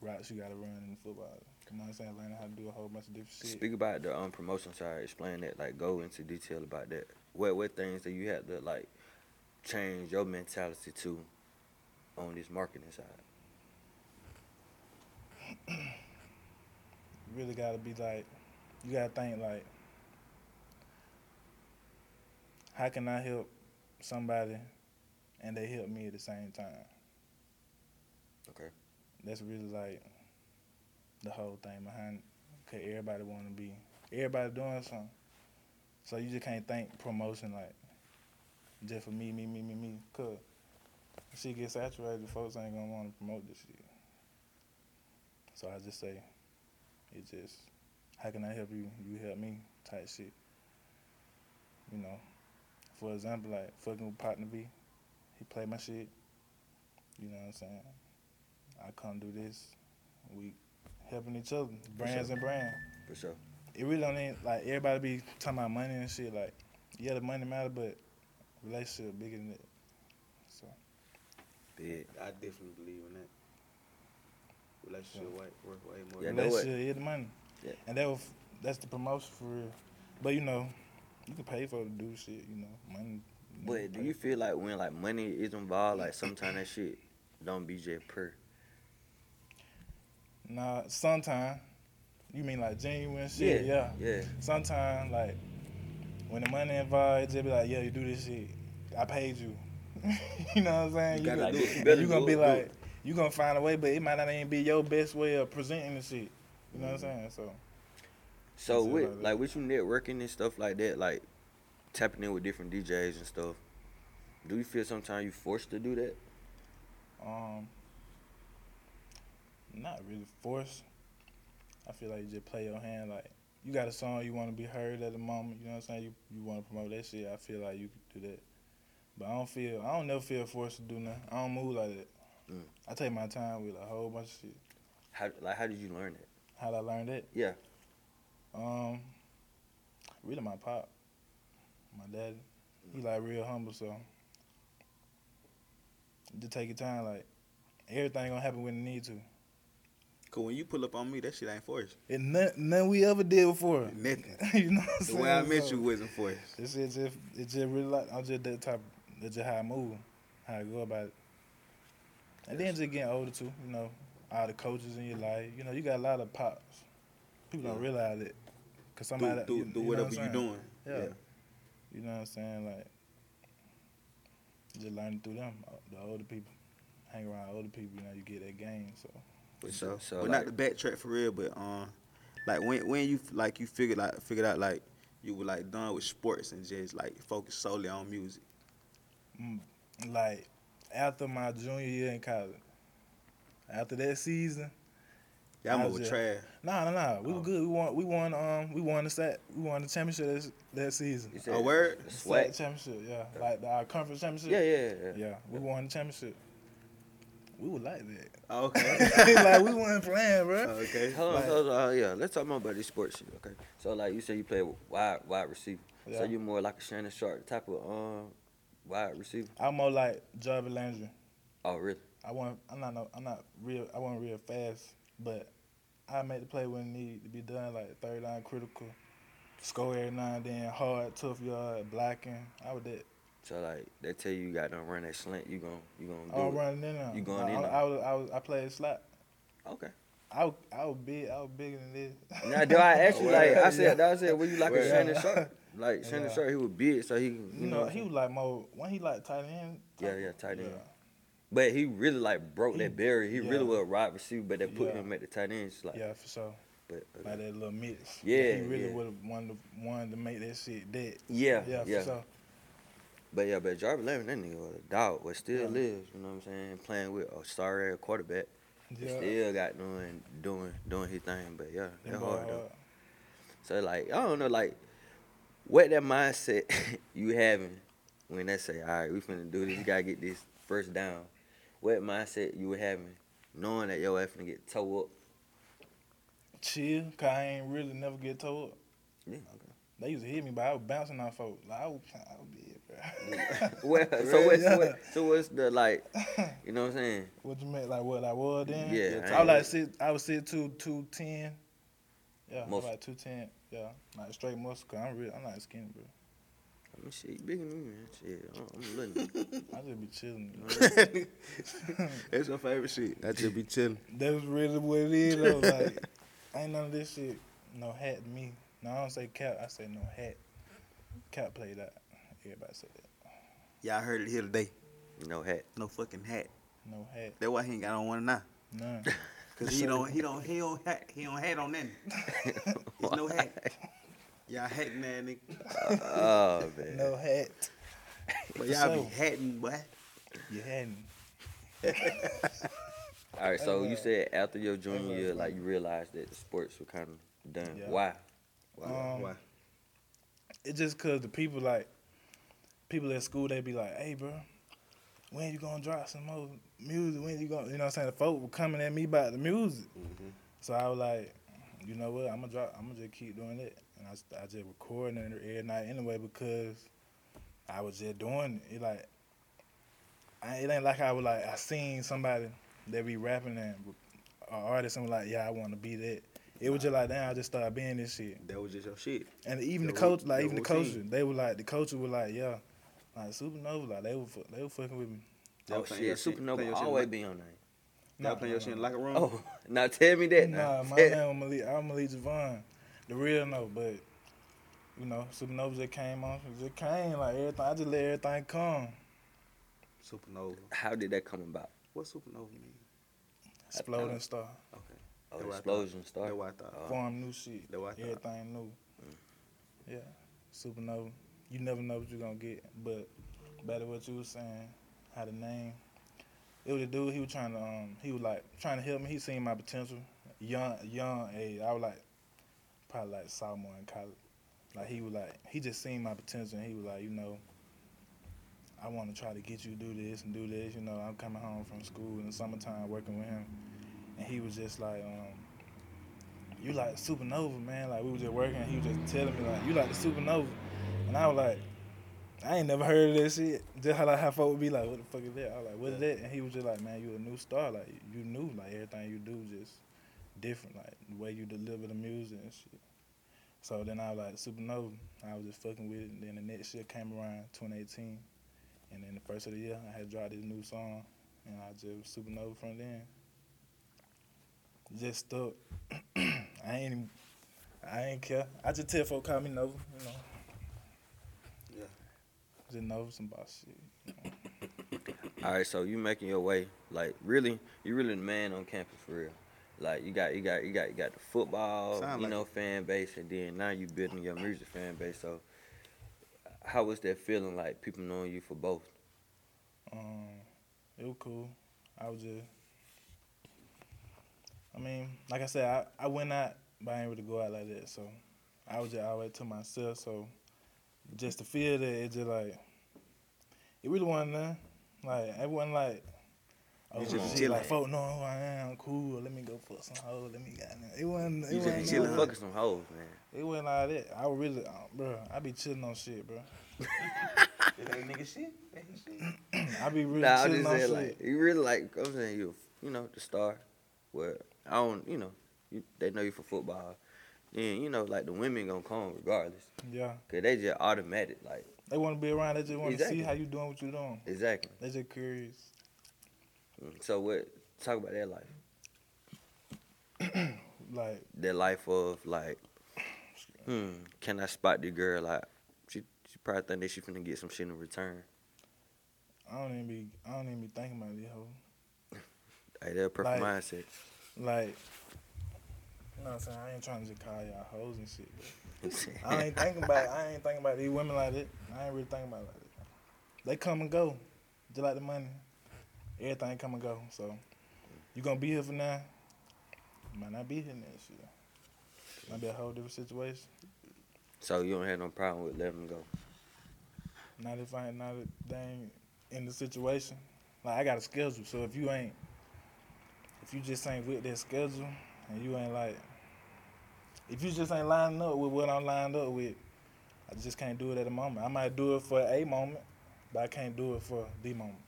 [SPEAKER 3] routes you gotta run in football. You know what I'm saying? Learning how to do a whole bunch of different shit.
[SPEAKER 1] Speak about the um, promotion side. Explain that. Like go into detail about that. What what things that you had to like change your mentality to on this marketing side?
[SPEAKER 3] you really gotta be like, you gotta think like, how can I help somebody, and they help me at the same time?
[SPEAKER 1] Okay.
[SPEAKER 3] That's really like the whole thing behind. it. Cause everybody want to be, everybody doing something, so you just can't think promotion like, just for me, me, me, me, me. Cause if she gets saturated, folks ain't gonna want to promote this shit. So I just say, it just how can I help you? You help me type shit. You know, for example, like fucking with partner B, he play my shit. You know what I'm saying? I come do this. We helping each other, brands and brand.
[SPEAKER 1] For sure.
[SPEAKER 3] It really don't need like everybody be talking about money and shit. Like, yeah, the money matter, but relationship bigger than that. So
[SPEAKER 1] Big.
[SPEAKER 5] I definitely believe in that. Relationship way, worth way more.
[SPEAKER 1] Yeah,
[SPEAKER 5] than
[SPEAKER 1] no- know what?
[SPEAKER 3] relationship is the money.
[SPEAKER 1] Yeah.
[SPEAKER 3] And that was that's the promotion for real. But you know, you can pay for it to do shit. You know, money.
[SPEAKER 1] But do you feel like when like money is involved, like sometimes that shit don't be just per
[SPEAKER 3] Nah, sometime. You mean like genuine shit? Yeah.
[SPEAKER 1] Yeah.
[SPEAKER 3] Sometime like when the money involved, they be like, "Yeah, you do this shit. I paid you." you know what I'm saying?
[SPEAKER 5] You gotta
[SPEAKER 3] gonna-
[SPEAKER 5] do it. You
[SPEAKER 1] better
[SPEAKER 3] you gonna
[SPEAKER 1] do
[SPEAKER 3] be
[SPEAKER 1] it, do
[SPEAKER 3] like,
[SPEAKER 1] it.
[SPEAKER 3] you gonna find a way, but it might not even be your best way of presenting the shit. You know what I'm saying? So
[SPEAKER 1] So
[SPEAKER 3] Something
[SPEAKER 1] with
[SPEAKER 3] like that.
[SPEAKER 1] like with you networking and stuff like that, like tapping in with different DJs and stuff, do you feel sometimes you forced to do that?
[SPEAKER 3] Um, not really forced. I feel like you just play your hand. Like you got a song you want to be heard at the moment. You know what I'm saying? You you want to promote that shit. I feel like you could do that. But I don't feel. I don't never feel forced to do nothing. I don't move like that.
[SPEAKER 1] Mm.
[SPEAKER 3] I take my time with a whole bunch of shit.
[SPEAKER 1] How like how did you learn that?
[SPEAKER 3] How would I learn that?
[SPEAKER 1] Yeah.
[SPEAKER 3] Um, really my pop, my daddy. He like real humble, so just take your time. Like everything gonna happen when it need to.
[SPEAKER 5] Cause when you pull up on me, that shit ain't forced.
[SPEAKER 3] And none, none we ever did before.
[SPEAKER 5] Nothing.
[SPEAKER 3] you know what I'm
[SPEAKER 5] The
[SPEAKER 3] saying?
[SPEAKER 5] way I met
[SPEAKER 3] So,
[SPEAKER 5] you wasn't forced.
[SPEAKER 3] It's, it's just, it's just really like, I'm just that type, that's just how I move, how I go about it. And then just getting older too, you know, all the coaches in your life, you know, you got a lot of pops. People don't realize it. Cause somebody,
[SPEAKER 5] Do, do,
[SPEAKER 3] you-
[SPEAKER 5] do
[SPEAKER 3] you know
[SPEAKER 5] whatever
[SPEAKER 3] what I'm
[SPEAKER 5] you
[SPEAKER 3] saying?
[SPEAKER 5] doing.
[SPEAKER 3] Yeah. You know what I'm saying? Like, just learning through them, uh, the older people. Hang around older people, you know, you get that game, so.
[SPEAKER 1] For
[SPEAKER 5] But,
[SPEAKER 1] sure. So,
[SPEAKER 5] but
[SPEAKER 1] like,
[SPEAKER 5] not the backtrack for real. But um, like when when you like you figured like figured out like you were like done with sports and just like focus solely on music.
[SPEAKER 3] like after my junior year in college. After that season,
[SPEAKER 5] Y'all
[SPEAKER 3] I
[SPEAKER 5] mother
[SPEAKER 3] was
[SPEAKER 5] was
[SPEAKER 3] just-
[SPEAKER 5] trash.
[SPEAKER 3] nah, nah, nah. We
[SPEAKER 5] Oh.
[SPEAKER 3] were good. We won. We won. Um, we won the set. We won the championship that, that season.
[SPEAKER 1] you
[SPEAKER 5] a word?
[SPEAKER 1] it's
[SPEAKER 3] Slat
[SPEAKER 1] Swag.
[SPEAKER 3] championship, yeah. Like the, our conference championship.
[SPEAKER 1] Yeah, yeah, yeah.
[SPEAKER 3] Yeah, we won the championship. We were like
[SPEAKER 5] Oh, okay.
[SPEAKER 3] that. like we wasn't playing, bro.
[SPEAKER 5] Oh, okay.
[SPEAKER 1] Hold on,
[SPEAKER 3] Like-
[SPEAKER 1] hold on, yeah. Let's talk more about this sports shit, okay? So like you said, you play wide wide receiver.
[SPEAKER 3] Yeah.
[SPEAKER 1] So you more like a Shannon Sharp type of um wide receiver.
[SPEAKER 3] I'm more like Jarvis Landry.
[SPEAKER 1] Oh really?
[SPEAKER 3] I want. I'm not. No, I'm not real. I want real fast, but I make the play when need to be done, like third line critical, score every now and then, hard, tough yard, blocking. I would that.
[SPEAKER 1] So like they tell you you got to run that slant, you gon' you gon' do
[SPEAKER 3] I was
[SPEAKER 1] it.
[SPEAKER 3] running in there.
[SPEAKER 1] You going
[SPEAKER 3] I,
[SPEAKER 1] in
[SPEAKER 3] I,
[SPEAKER 1] there.
[SPEAKER 3] I, was, I was. I played slot.
[SPEAKER 1] Okay.
[SPEAKER 3] I was, I was big. I was bigger than this.
[SPEAKER 1] Now do I ask you like I said I said were you like a
[SPEAKER 5] Word.
[SPEAKER 1] Shannon Sharp? Like Shannon
[SPEAKER 3] Yeah.
[SPEAKER 1] Sharp, he was big, so he you,
[SPEAKER 3] You
[SPEAKER 1] know,
[SPEAKER 3] know, he was like more when he like tight end.
[SPEAKER 1] Yeah, yeah, tight end. but he really like broke that barrier. He
[SPEAKER 3] yeah.
[SPEAKER 1] really was a wide receiver, but they put
[SPEAKER 3] Yeah.
[SPEAKER 1] him at the tight end. It's like,
[SPEAKER 3] Yeah, for sure.
[SPEAKER 1] but, uh,
[SPEAKER 3] Like that little mix.
[SPEAKER 1] Yeah,
[SPEAKER 3] he really
[SPEAKER 1] yeah.
[SPEAKER 3] would have wanted to, wanted to make that shit dead.
[SPEAKER 1] yeah,
[SPEAKER 3] Yeah,
[SPEAKER 1] yeah,
[SPEAKER 3] for sure.
[SPEAKER 1] but yeah, but Jarvis Levin, that nigga was a dog, but still
[SPEAKER 3] Yeah.
[SPEAKER 1] lives. You know what I'm saying? Playing with a sorry ass quarterback, but
[SPEAKER 3] Yeah,
[SPEAKER 1] still got doing doing doing his thing. But yeah,
[SPEAKER 3] them
[SPEAKER 1] that
[SPEAKER 3] boy
[SPEAKER 1] hard though.
[SPEAKER 3] hard.
[SPEAKER 1] So like I don't know, like what that mindset you having when they say, all right, we finna do this, you gotta get this first down. What mindset you were having knowing that your ass finna get towed up?
[SPEAKER 3] Chill, cause I ain't really never get told.
[SPEAKER 1] Yeah,
[SPEAKER 3] They used to hit me, but I was bouncing off folks. Like I was, I was big, bro.
[SPEAKER 1] Well, so what's
[SPEAKER 3] Yeah.
[SPEAKER 1] what, so what's the like? You know what I'm saying?
[SPEAKER 3] what you meant, like what I was then?
[SPEAKER 1] Yeah, I
[SPEAKER 3] I was like
[SPEAKER 1] ain't-
[SPEAKER 3] six. I was six two, two ten. Yeah,
[SPEAKER 1] Muscle.
[SPEAKER 3] I was like two ten. Yeah, like straight muscle. Cause I'm real. I'm not skinny, bro.
[SPEAKER 1] I mean, shit, you bigger than me, man. Shit, I'm, I'm little. nigga.
[SPEAKER 3] I just be chilling.
[SPEAKER 5] That's your favorite shit. That just be chilling.
[SPEAKER 3] That was really what it is. Though. Like, ain't none of this shit. No hat to me. No, I don't say cap. I say no hat. Cap played that. Everybody said that.
[SPEAKER 5] Y'all heard it here today.
[SPEAKER 1] No hat.
[SPEAKER 5] No fucking hat.
[SPEAKER 3] No hat.
[SPEAKER 5] That's why he ain't got on one now.
[SPEAKER 3] None.
[SPEAKER 5] Cause he don't, he don't, he don't, hat, he don't hat on nothing. It's no hat. Y'all hatting that nigga.
[SPEAKER 1] Oh man.
[SPEAKER 3] no hat.
[SPEAKER 5] But y'all
[SPEAKER 3] So-
[SPEAKER 5] be hatting, boy.
[SPEAKER 3] You hadn't.
[SPEAKER 1] All right, so you
[SPEAKER 3] Amen.
[SPEAKER 1] said after your junior
[SPEAKER 3] Amen.
[SPEAKER 1] year, like you realized that the sports were kind of done.
[SPEAKER 3] Yeah.
[SPEAKER 1] Why?
[SPEAKER 3] Um,
[SPEAKER 5] Why?
[SPEAKER 3] It's just cause the people like, people at school they be like, hey, bro. When you gonna drop some more music? When you gonna, you know what I'm saying? The folk were coming at me about the music. So I was like, you know what? I'm gonna drop. I'm gonna just keep doing it, and I, s- I just recording it every night anyway because I was just doing it. It Like, I, it ain't like I was like I seen somebody that be rapping and an artist and was like, yeah, I want to be that. It was just like damn, I just started being this shit.
[SPEAKER 5] That was just your shit.
[SPEAKER 3] And even the,
[SPEAKER 5] The whole-
[SPEAKER 3] coach, like
[SPEAKER 5] the
[SPEAKER 3] even the
[SPEAKER 5] whole
[SPEAKER 3] coaches,
[SPEAKER 5] team.
[SPEAKER 3] they were like the coaches were like, yeah, like Supernova, like they were fu- they were fucking with me.
[SPEAKER 5] Y'all
[SPEAKER 1] Oh
[SPEAKER 5] playing your
[SPEAKER 1] shit,
[SPEAKER 5] shit- playing
[SPEAKER 1] Supernova
[SPEAKER 5] your shit Mm.
[SPEAKER 1] always
[SPEAKER 5] like-
[SPEAKER 1] be on that.
[SPEAKER 5] Y'all playing your shit in the locker room.
[SPEAKER 1] Oh, now tell me that.
[SPEAKER 3] Nah,
[SPEAKER 1] Now.
[SPEAKER 3] my
[SPEAKER 1] Tell-
[SPEAKER 3] name was Malik. I'm Malik Javon, the real no. But you know, Supernova just came on. It just came like everything. I just let everything come.
[SPEAKER 5] Supernova.
[SPEAKER 1] How did that come about?
[SPEAKER 5] What supernova mean?
[SPEAKER 3] Exploding star,
[SPEAKER 5] Okay.
[SPEAKER 1] Oh,
[SPEAKER 5] That's what I thought. Uh,
[SPEAKER 1] explosion started.
[SPEAKER 5] That's what I thought.
[SPEAKER 1] Oh.
[SPEAKER 3] form new shit.
[SPEAKER 5] That's Uh-huh. what I thought. Mm.
[SPEAKER 3] Everything new. Yeah, Supernova. You never know what you're gonna get. But back to what you was saying, how the name. It was a dude. He was trying to. Um, he was like trying to help me. He seen my potential. Young, young age. I was like, probably like sophomore in college. Like he was like, he just seen my potential. and He was like, you know, I want to try to get you to do this and do this. You know, I'm coming home from school in the summertime working with him, and he was just like, um, you like supernova, man. Like we was just working, and he was just telling me like, you like the supernova, and I was like. I ain't never heard of that shit. Just how like how folk would be like, what the fuck is that? I was like, what is that? And he was just like, man, you a new star. Like you new. Like everything you do just different. Like the way you deliver the music and shit. So then I was like supernova. I was just fucking with it. And then the next year came around 2018, and then the first of the year I had dropped this new song, and I just supernova from then. Just stuck. I ain't. even- I ain't care. I just tell folk call me Nova. You know.
[SPEAKER 5] Yeah.
[SPEAKER 3] Just Nova some boss shit.
[SPEAKER 1] All right, so you making your way. Like really, you really the man on campus for real. Like you got you got you got you got the football,
[SPEAKER 5] Sound
[SPEAKER 1] you
[SPEAKER 5] like
[SPEAKER 1] know, fan base, and then now you building your music fan base. So how was that feeling like people knowing you for both?
[SPEAKER 3] Um, it was cool. I was just, I mean, like I said, I, I went out, but I ain't really go out like that. So I was just always to myself. So just to feel that, it just like, it really wasn't nothing. Like, it wasn't like, oh,
[SPEAKER 5] You just
[SPEAKER 3] shit,
[SPEAKER 5] chilling.
[SPEAKER 3] like, folk know who I am, cool, let me go fuck some hoes, let me got It wasn't, it
[SPEAKER 5] You just
[SPEAKER 3] wasn't,
[SPEAKER 5] chilling,
[SPEAKER 3] none of
[SPEAKER 5] huh?
[SPEAKER 1] Fucking some hoes, man.
[SPEAKER 3] that. it wasn't like that. I was really, uh, bro, I be chilling on shit, bro.
[SPEAKER 5] nigga shit.
[SPEAKER 3] I be really
[SPEAKER 1] Nah, I'm
[SPEAKER 3] chilling
[SPEAKER 1] just
[SPEAKER 3] on
[SPEAKER 1] saying
[SPEAKER 3] shit.
[SPEAKER 1] like you really like I'm saying you you know the star. Well, I don't you know you, they know you for football. Then you know like the women gonna come regardless,
[SPEAKER 3] yeah.
[SPEAKER 1] cause they just automatic like
[SPEAKER 3] They want to be around, they just want to
[SPEAKER 1] Exactly.
[SPEAKER 3] see how you doing what you doing.
[SPEAKER 1] exactly.
[SPEAKER 3] They just curious.
[SPEAKER 1] Mm, So what? Talk about that life.
[SPEAKER 3] Like,
[SPEAKER 1] That life of like, hmm, can I spot the girl? Like, She probably think that she finna get some shit in return.
[SPEAKER 3] I don't even be I don't even be thinking about these hoes.
[SPEAKER 1] Hey, that perfect
[SPEAKER 3] Like-
[SPEAKER 1] mindset.
[SPEAKER 3] Like, you know what I'm saying? I ain't trying to just call y'all hoes and shit. but I ain't thinking about I ain't thinking about these women like that. I ain't really thinking about it like that. They come and go, just like the money. Everything come and go. So you gonna be here for now? You might not be here next year. Might be a whole different situation.
[SPEAKER 1] so you don't have no problem with letting them go.
[SPEAKER 3] Not if I ain't not if they ain't in the situation. Like I got a schedule, so if you ain't if you just ain't with that schedule and you ain't like if you just ain't lining up with what I'm lined up with, I just can't do it at the moment. I might do it for a moment, but I can't do it for the moment.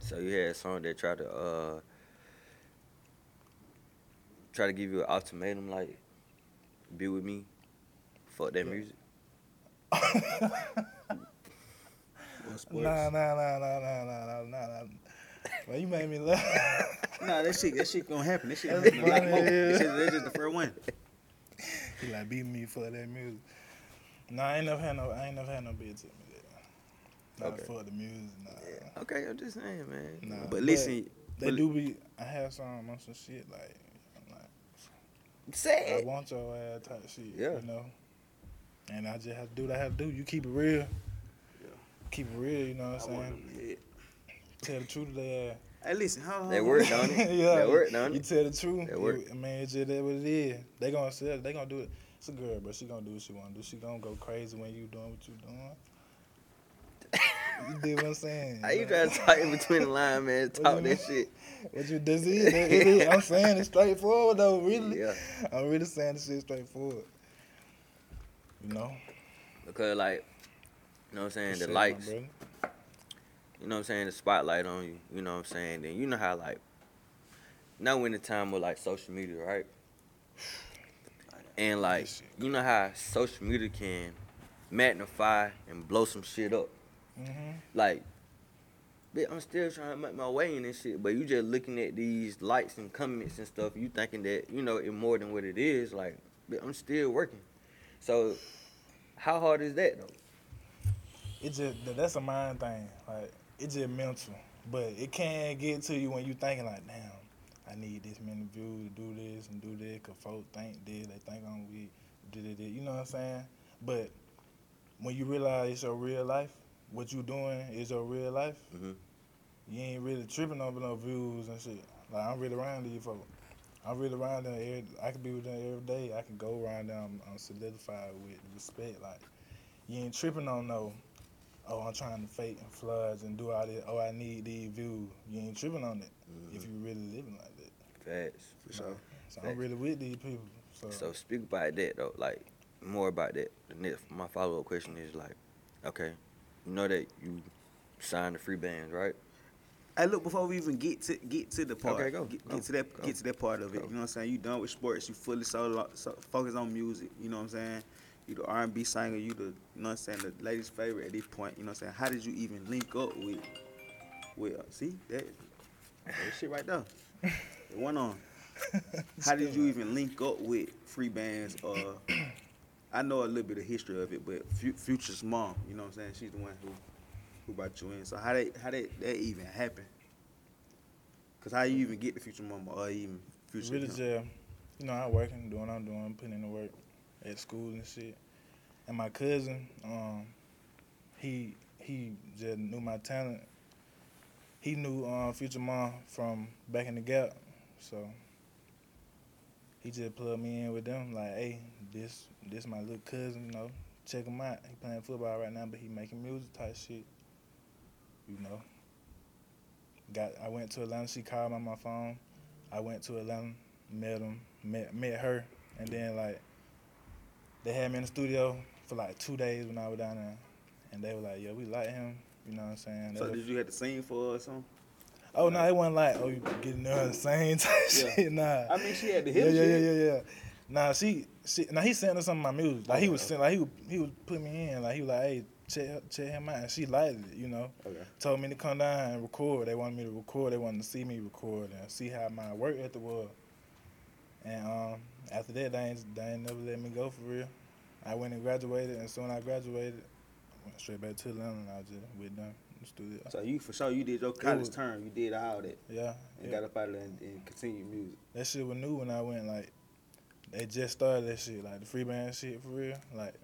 [SPEAKER 1] So you had someone that tried to uh try to give you an ultimatum like be with me, fuck that music.
[SPEAKER 5] Or sports.
[SPEAKER 3] Nah, nah, nah, nah, nah, nah, nah, nah, nah. Well, you made me laugh.
[SPEAKER 5] Nah, that shit, that shit gonna happen. That shit
[SPEAKER 3] That's
[SPEAKER 5] happen a lot
[SPEAKER 3] funny,
[SPEAKER 5] more.
[SPEAKER 3] yeah.
[SPEAKER 5] That shit- That's just the first one.
[SPEAKER 3] he like beat me for that music. Nah, I ain't never had no, I ain't never had no bitch hit me that. Not
[SPEAKER 1] Okay.
[SPEAKER 3] for the music, nah.
[SPEAKER 1] Okay, I'm just saying, man.
[SPEAKER 3] Nah,
[SPEAKER 5] But listen,
[SPEAKER 3] They
[SPEAKER 5] But-
[SPEAKER 3] do be. I have some on some shit like, I'm like
[SPEAKER 1] Say
[SPEAKER 3] I
[SPEAKER 1] it.
[SPEAKER 3] want your ass type shit.
[SPEAKER 1] Yeah.
[SPEAKER 3] You know. And I just have to do what I have to do. You keep it real.
[SPEAKER 5] Yeah.
[SPEAKER 3] Keep it real. You know
[SPEAKER 5] I
[SPEAKER 3] what I'm
[SPEAKER 5] want
[SPEAKER 3] saying?
[SPEAKER 5] them dead.
[SPEAKER 3] Tell the truth to their ass.
[SPEAKER 5] Hey, listen, how
[SPEAKER 1] They
[SPEAKER 5] how-
[SPEAKER 1] work, don't it?
[SPEAKER 3] yeah.
[SPEAKER 1] They work, don't
[SPEAKER 3] you
[SPEAKER 1] it?
[SPEAKER 3] tell the truth.
[SPEAKER 1] That work.
[SPEAKER 3] You, I mean, it's just that what it is. They gonna sell. They gonna do it. It's a girl, but she gonna do what she wanna do. She gonna go crazy when you doing what you doing. you did what I'm saying.
[SPEAKER 1] How you
[SPEAKER 3] Like,
[SPEAKER 1] trying to talk in between the line, man? Talk that shit.
[SPEAKER 3] What you this is, that it is. I'm saying it straightforward though, really.
[SPEAKER 1] Yeah.
[SPEAKER 3] I'm really saying this shit straightforward. You know?
[SPEAKER 1] Because like, you know what I'm saying,
[SPEAKER 3] Appreciate
[SPEAKER 1] the
[SPEAKER 3] my
[SPEAKER 1] lights,
[SPEAKER 3] brother.
[SPEAKER 1] you know what I'm saying, the spotlight on you, you know what I'm saying? Then you know how like now we're in the time of like social media, right? And like
[SPEAKER 3] This shit.
[SPEAKER 1] you know how social media can magnify and blow some shit up.
[SPEAKER 3] Mhm.
[SPEAKER 1] Like, bitch, I'm still trying to make my way in this shit, but you just looking at these likes and comments and stuff, you thinking that, you know, it more than what it is, like, bitch, I'm still working. So how hard is that though?
[SPEAKER 3] It just that- that's a mind thing. Like it's just mental. But it can get to you when you thinking like, damn, I need this many views to do this and do this, cause folks think this, they think I'm weak, did it, you know what I'm saying? But when you realize it's your real life, what you doing is your real life,
[SPEAKER 1] Mhm.
[SPEAKER 3] you ain't really tripping over no views and shit. Like I'm really around these folks. I'm really around them. Every, I can be with them every day. I can go around them. I'm solidified with respect. Like you ain't tripping on no. Oh, I'm trying to fake and floods and do all this. Oh, I need these views. You ain't tripping on it if you really living like that.
[SPEAKER 1] Facts. Mm-hmm. For
[SPEAKER 3] sure. So
[SPEAKER 1] Facts.
[SPEAKER 3] I'm really with these people. So,
[SPEAKER 1] So speak about that though, like more about that. The next, my follow up question is like, okay, you know that you signed the free bands, right?
[SPEAKER 5] Hey, look, before we even get to get to the part,
[SPEAKER 1] Okay, go,
[SPEAKER 5] get,
[SPEAKER 1] go,
[SPEAKER 5] get to that
[SPEAKER 1] go.
[SPEAKER 5] get to that part of it.
[SPEAKER 1] Go.
[SPEAKER 5] You know what I'm saying? You done with sports, you fully so, so focus on music. You know what I'm saying? You the R&B singer, you the you know what I'm saying the ladies' favorite at this point. You know what I'm saying? How did you even link up with with see that that shit right there? It went on. How did you even link up with free bands? Uh, I know a little bit of history of it, but Fu- Future's mom, you know what I'm saying? She's the one who who brought you in. So how did how did that even happen? Cause how you even get the Future mom or even Future?
[SPEAKER 3] really
[SPEAKER 5] him?
[SPEAKER 3] just, you know, I'm working, doing what I'm doing, putting in the work at school and shit. And my cousin, um, he he just knew my talent. He knew um, Future Mom from back in the gap, so he just plugged me in with them. Like, hey, this this my little cousin, you know, check him out. He playing football right now, but he making music type shit, you know. Got I went to Atlanta. She called me on my phone. I went to Atlanta, met him, met met her, and then like they had me in the studio for like two days when I was down there, and they were like, "Yo, we like him," you know what I'm saying? They
[SPEAKER 5] So
[SPEAKER 3] were-
[SPEAKER 5] did you have to sing for her or something?
[SPEAKER 3] oh no, it wasn't like, "Oh, you getting there the same type
[SPEAKER 5] Yeah.
[SPEAKER 3] shit." Nah,
[SPEAKER 5] I mean, she had the
[SPEAKER 3] yeah,
[SPEAKER 5] hip
[SPEAKER 3] yeah, yeah,
[SPEAKER 5] shit.
[SPEAKER 3] yeah, yeah. Nah, she, she, now he sent her some of my music. Like he
[SPEAKER 5] Oh.
[SPEAKER 3] was, send, like he would, he would put me in. Like he was like, "Hey, check check him out," and she liked it, you know
[SPEAKER 5] Okay.
[SPEAKER 3] told me to come down and record. They wanted me to record. They wanted to see me record and see how my work ethic was. And um, after that, they ain't, they ain't never let me go for real. I went and graduated, and soon I graduated, went straight back to Atlanta and I was just with them in the studio.
[SPEAKER 5] So you for sure you did your
[SPEAKER 3] was-
[SPEAKER 5] college term. You did all that
[SPEAKER 3] Yeah,
[SPEAKER 5] and
[SPEAKER 3] yeah.
[SPEAKER 5] got up out of there and, and continued music.
[SPEAKER 3] that shit was new when I went. Like they just started that shit, like the free band shit for real. Like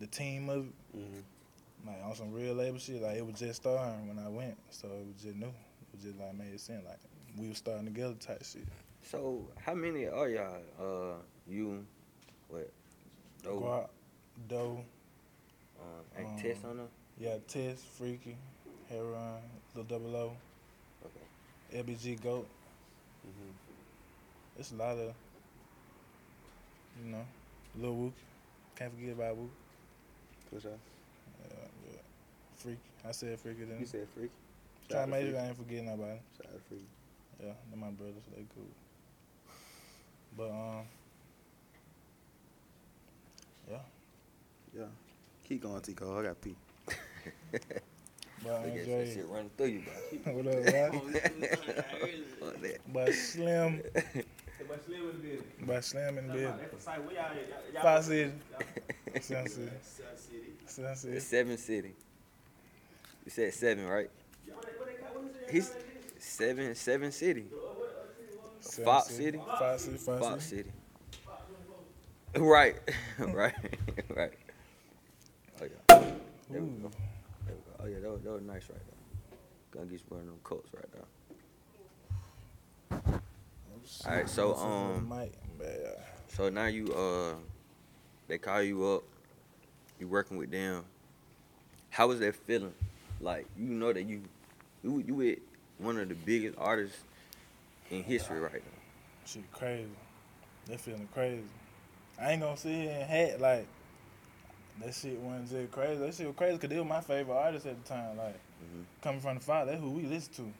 [SPEAKER 3] the team of it,
[SPEAKER 5] Mm-hmm.
[SPEAKER 3] like on some real label shit. Like it was just starting when I went, so it was just new. It was just like made sense. Like we was starting together type shit.
[SPEAKER 1] So how many are y'all? Uh, you, what?
[SPEAKER 5] Oh.
[SPEAKER 1] Those,
[SPEAKER 3] Guap, Doe,
[SPEAKER 1] um, ain't test on them.
[SPEAKER 3] yeah, Test, Freaky, Heron, Lil Double O, LBG Goat.
[SPEAKER 5] Mm-hmm.
[SPEAKER 3] It's a lot of, you know, Lil Wook. Can't forget about Wook.
[SPEAKER 5] For sure.
[SPEAKER 3] Uh, yeah. Freak. I said freaky then.
[SPEAKER 5] You said freaky.
[SPEAKER 3] Try to make
[SPEAKER 5] freaky.
[SPEAKER 3] sure I ain't forgetting nobody.
[SPEAKER 5] Shout out to freaky.
[SPEAKER 3] Yeah, they're my brothers. They cool. But um,
[SPEAKER 5] Yeah. Keep going, Tico. I got pee.
[SPEAKER 3] but uh, I
[SPEAKER 1] I guess that shit
[SPEAKER 3] enjoy.
[SPEAKER 1] running through you, bro.
[SPEAKER 3] what up, right?
[SPEAKER 1] Fuck that.
[SPEAKER 3] By Slim, by Slim in the bed. Five City, Sun City, Sun City.
[SPEAKER 1] It's seven city. You said seven, right? He's seven, seven city,
[SPEAKER 3] Sun
[SPEAKER 1] Fox City?
[SPEAKER 3] Fox City,
[SPEAKER 1] Fox
[SPEAKER 3] Fox City.
[SPEAKER 1] City. Right, right, right. Oh yeah, There we
[SPEAKER 3] Ooh,
[SPEAKER 1] go. there we go. Oh yeah, that was, that was nice right there. Gonna get you one of them coats right there. All right, so,
[SPEAKER 3] this is little
[SPEAKER 1] um,
[SPEAKER 3] Mike, man.
[SPEAKER 1] So now you uh, they call you up. You working with them. How was that feeling? Like you know that you, you you with one of the biggest artists in history right now.
[SPEAKER 3] Shit crazy. They feeling crazy. I ain't gonna sit here and hat like that shit wasn't just crazy. That shit was crazy because they were my favorite artists at the time. Like
[SPEAKER 1] Mhm.
[SPEAKER 3] coming from the fire, that's who we listen to.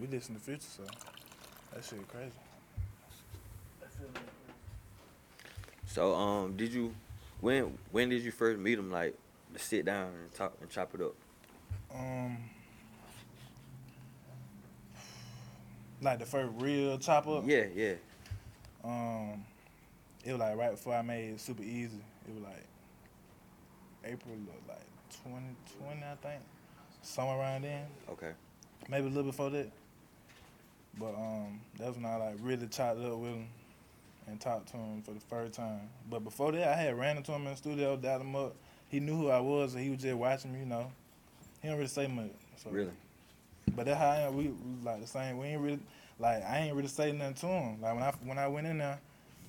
[SPEAKER 3] We listen to Future, so that shit crazy.
[SPEAKER 1] So um, did you when when did you first meet him? Like to sit down and talk and chop it up.
[SPEAKER 3] Um, like the first real chop up.
[SPEAKER 1] yeah, yeah.
[SPEAKER 3] Um, it was like right before I made it super easy. It was like April of like 2020, I think, somewhere around then.
[SPEAKER 1] Okay.
[SPEAKER 3] maybe a little before that. But um, that's when I like really chopped up with him and talked to him for the first time. But before that, I had ran into him in the studio, dialed him up. He knew who I was, and he was just watching me. You know, he didn't really say much. So.
[SPEAKER 1] Really.
[SPEAKER 3] But that's how I am. We, we like the same. We ain't really like I ain't really say nothing to him. Like when I when I went in there,